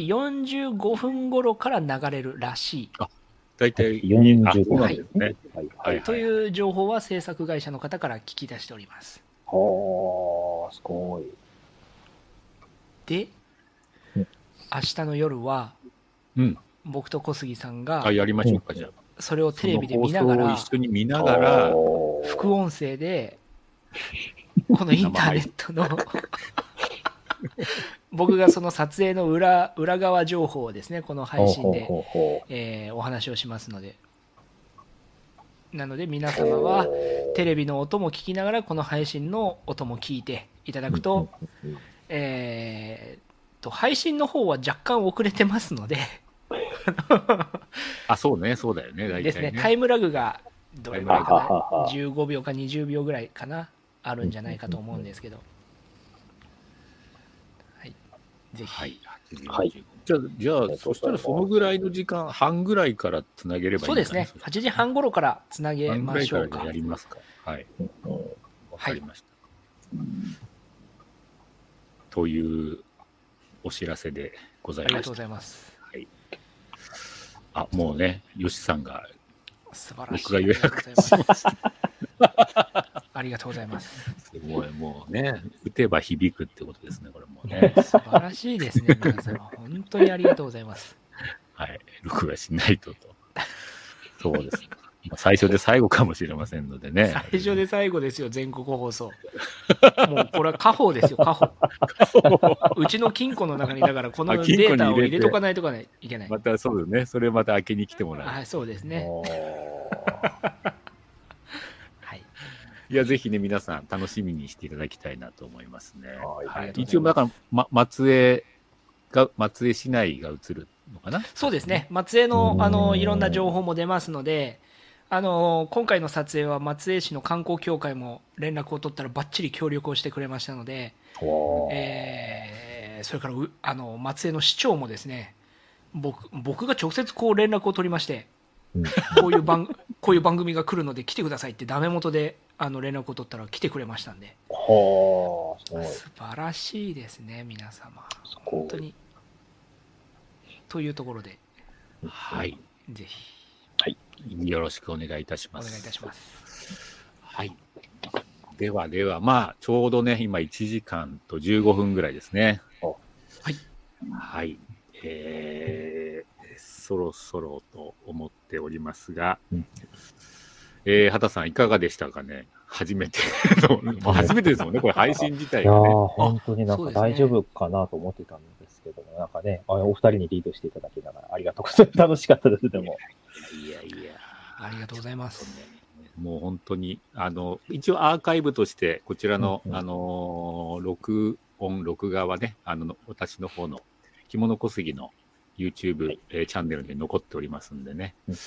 45分頃から流れるらしい、大体45あそうなんですね。はい。は。はいい、とはい。いう情報は制作会社の方から聞き出しております。はあ、すごい。で、うん明日の夜は、うん僕と小杉さんがあ、やりましょうか、じゃあ。それをテレビで見ながその放ら送を一緒に見ながら、おー副音声で、このインターネットの僕がその撮影の裏裏側情報をですね、この配信で、ほうほえーお話をしますので。なので皆うほう様はおーテレビの音も聞きながらこの配信の音も聞いていただくと、うんうんうんえーと配信の方は若干遅れてますので、あ、そうね、そうだよね、大です体ね、ね。タイムラグがどれぐらいははかはな、は15秒か20秒ぐらいかな、あるんじゃないかと思うんですけど、はい、ぜひ、はい。はいじゃりがあ、じゃあとうございますそしたらそのぐらいの時間、半ぐらいからつなげればいいそうんだですね、8時半頃からつなげ半ぐまらいしかょらうか。やりますか。はい。うんわかりました。というお知らせでござあいりがまとうした。ございます。あ、もうね、よしさんが素晴らしい。僕が予約しました。ありがとうございます。すごい、もうね、打てば響くってことですね、これもう ね。素晴らしいですね、皆様。本当にありがとうございます。はい、録画しないとと。そうです。まあ最初で最後かもしれませんのでね。最初で最後ですよ、全国放送。もうこれは家宝ですよ、家宝。うちの金庫の中に、だからこのあデ金庫に入れてータを入れとかないとかないいけない。またそうですね、それまた開けに来てもらう。はい、そうですね。おーはい。いや、ぜひね、皆さん楽しみにしていただきたいなと思いますね。はいはあい、りがとうございます一応、だから、ま、松江が、松江市内が映るのかなそうですね、松江のうんあのいろんな情報も出ますので、あのー今回の撮影は松江市の観光協会も連絡を取ったらばっちり協力をしてくれましたので、お ーえーそれからうあの松江の市長もですね僕僕が直接こう連絡を取りまして、うんこういう番 こういう番組が来るので来てくださいってダメ元であの連絡を取ったら来てくれましたんではあ、すごい。素晴らしいですね皆様すごい本当にというところではい。ぜひよろしくお願いいたしおま願す。いいたしますはい。ではでは、まあ、ちょうどね、今1時間と15分ぐらいですね。おはい。はい。えー、そろそろと思っておりますが、うんえー、畑さん、いかがでしたかね初めての、もう初めてですもんね、これ配信自体いやがね。ー本当になんそうでかすね大丈夫かなと思ってたんですけども、なんかね、あお二人にリードしていただきながら、ありがとうございます。楽しかったです、でも。いやいや。ありがとうございますもう本当に、あの、一応アーカイブとして、こちらの、うんうんあのー録音、録画はね、あの、私の方の、着物小杉の YouTube、はいえーチャンネルに残っておりますんでね。うんうん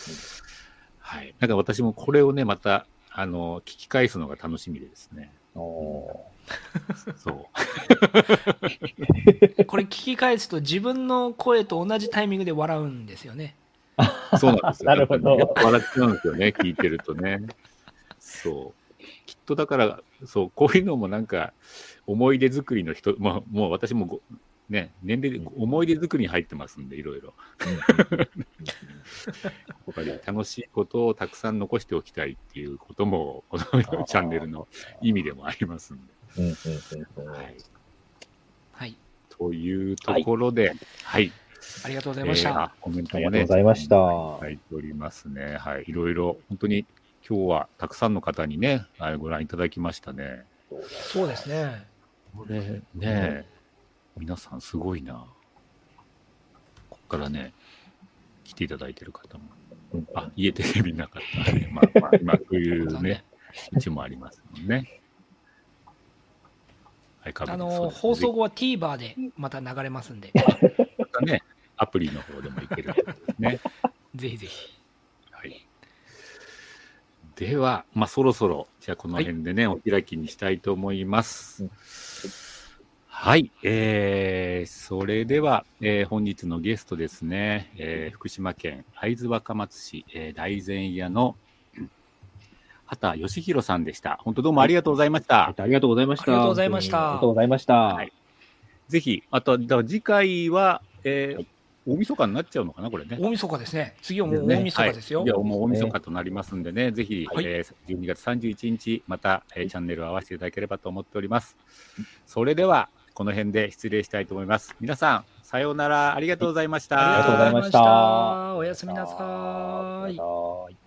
はい。なんか私もこれをね、また、あの、聞き返すのが楽しみでです ね。おそう。これ聞き返すと自分の声と同じタイミングで笑うんですよねそうなんですよ。 なるほどやっぱ笑っちゃうんです よね、聞いてるとね。そう。きっとだから、そう、こういうのもなんか、思い出作りの人、まあ、もう私もご、ね、年齢でうん思い出作りに入ってますんで、いろいろ。やっぱり楽しいことをたくさん残しておきたいっていうことも、このチャンネルの意味でもありますんで。ーうんうんうんうんはい、はいというところで、はい。ありがとうごえざいました、ーあコメントありもがとうねご、ざいました。はい、いておりますね。はい、いろいろ本当に今日はたくさんの方にね、あご覧いただきましたね。そうですねこれねえ、皆さんすごいな。こっからね、来ていただいてる方も。うんあ、家テレビなかった、ね。ま あまあ、今そういう残念ね、うちもありますもんね。はい、かぶあの放送後は TVer でまた流れま すんで、ね、アプリの方でもいけるってことですね。ぜひぜひ。はい。では、まあ、そろそろ、じゃあこの辺でね、お開きにしたいと思います。はい。えー、それでは、えー本日のゲストですね、えー福島県会津若松市、えー大善屋のうん畑義弘さんでした。本当どうもありがとうございました。ありがとうございました。ありがとうございましたありがとうございました。はいぜひ、あと、だから次回は、えー大晦日になっちゃうのかな、これね。大晦日ですね。次はもう大晦日ですよ。はい、いやもう大晦日となりますんでね、ぜひ、はいえー12月31日、また、えーチャンネルを合わせていただければと思っております。それでは、この辺で失礼したいと思います。皆さん、さようなら、ありがとうございました。ありがとうございましたおやすみなさーい。はーい。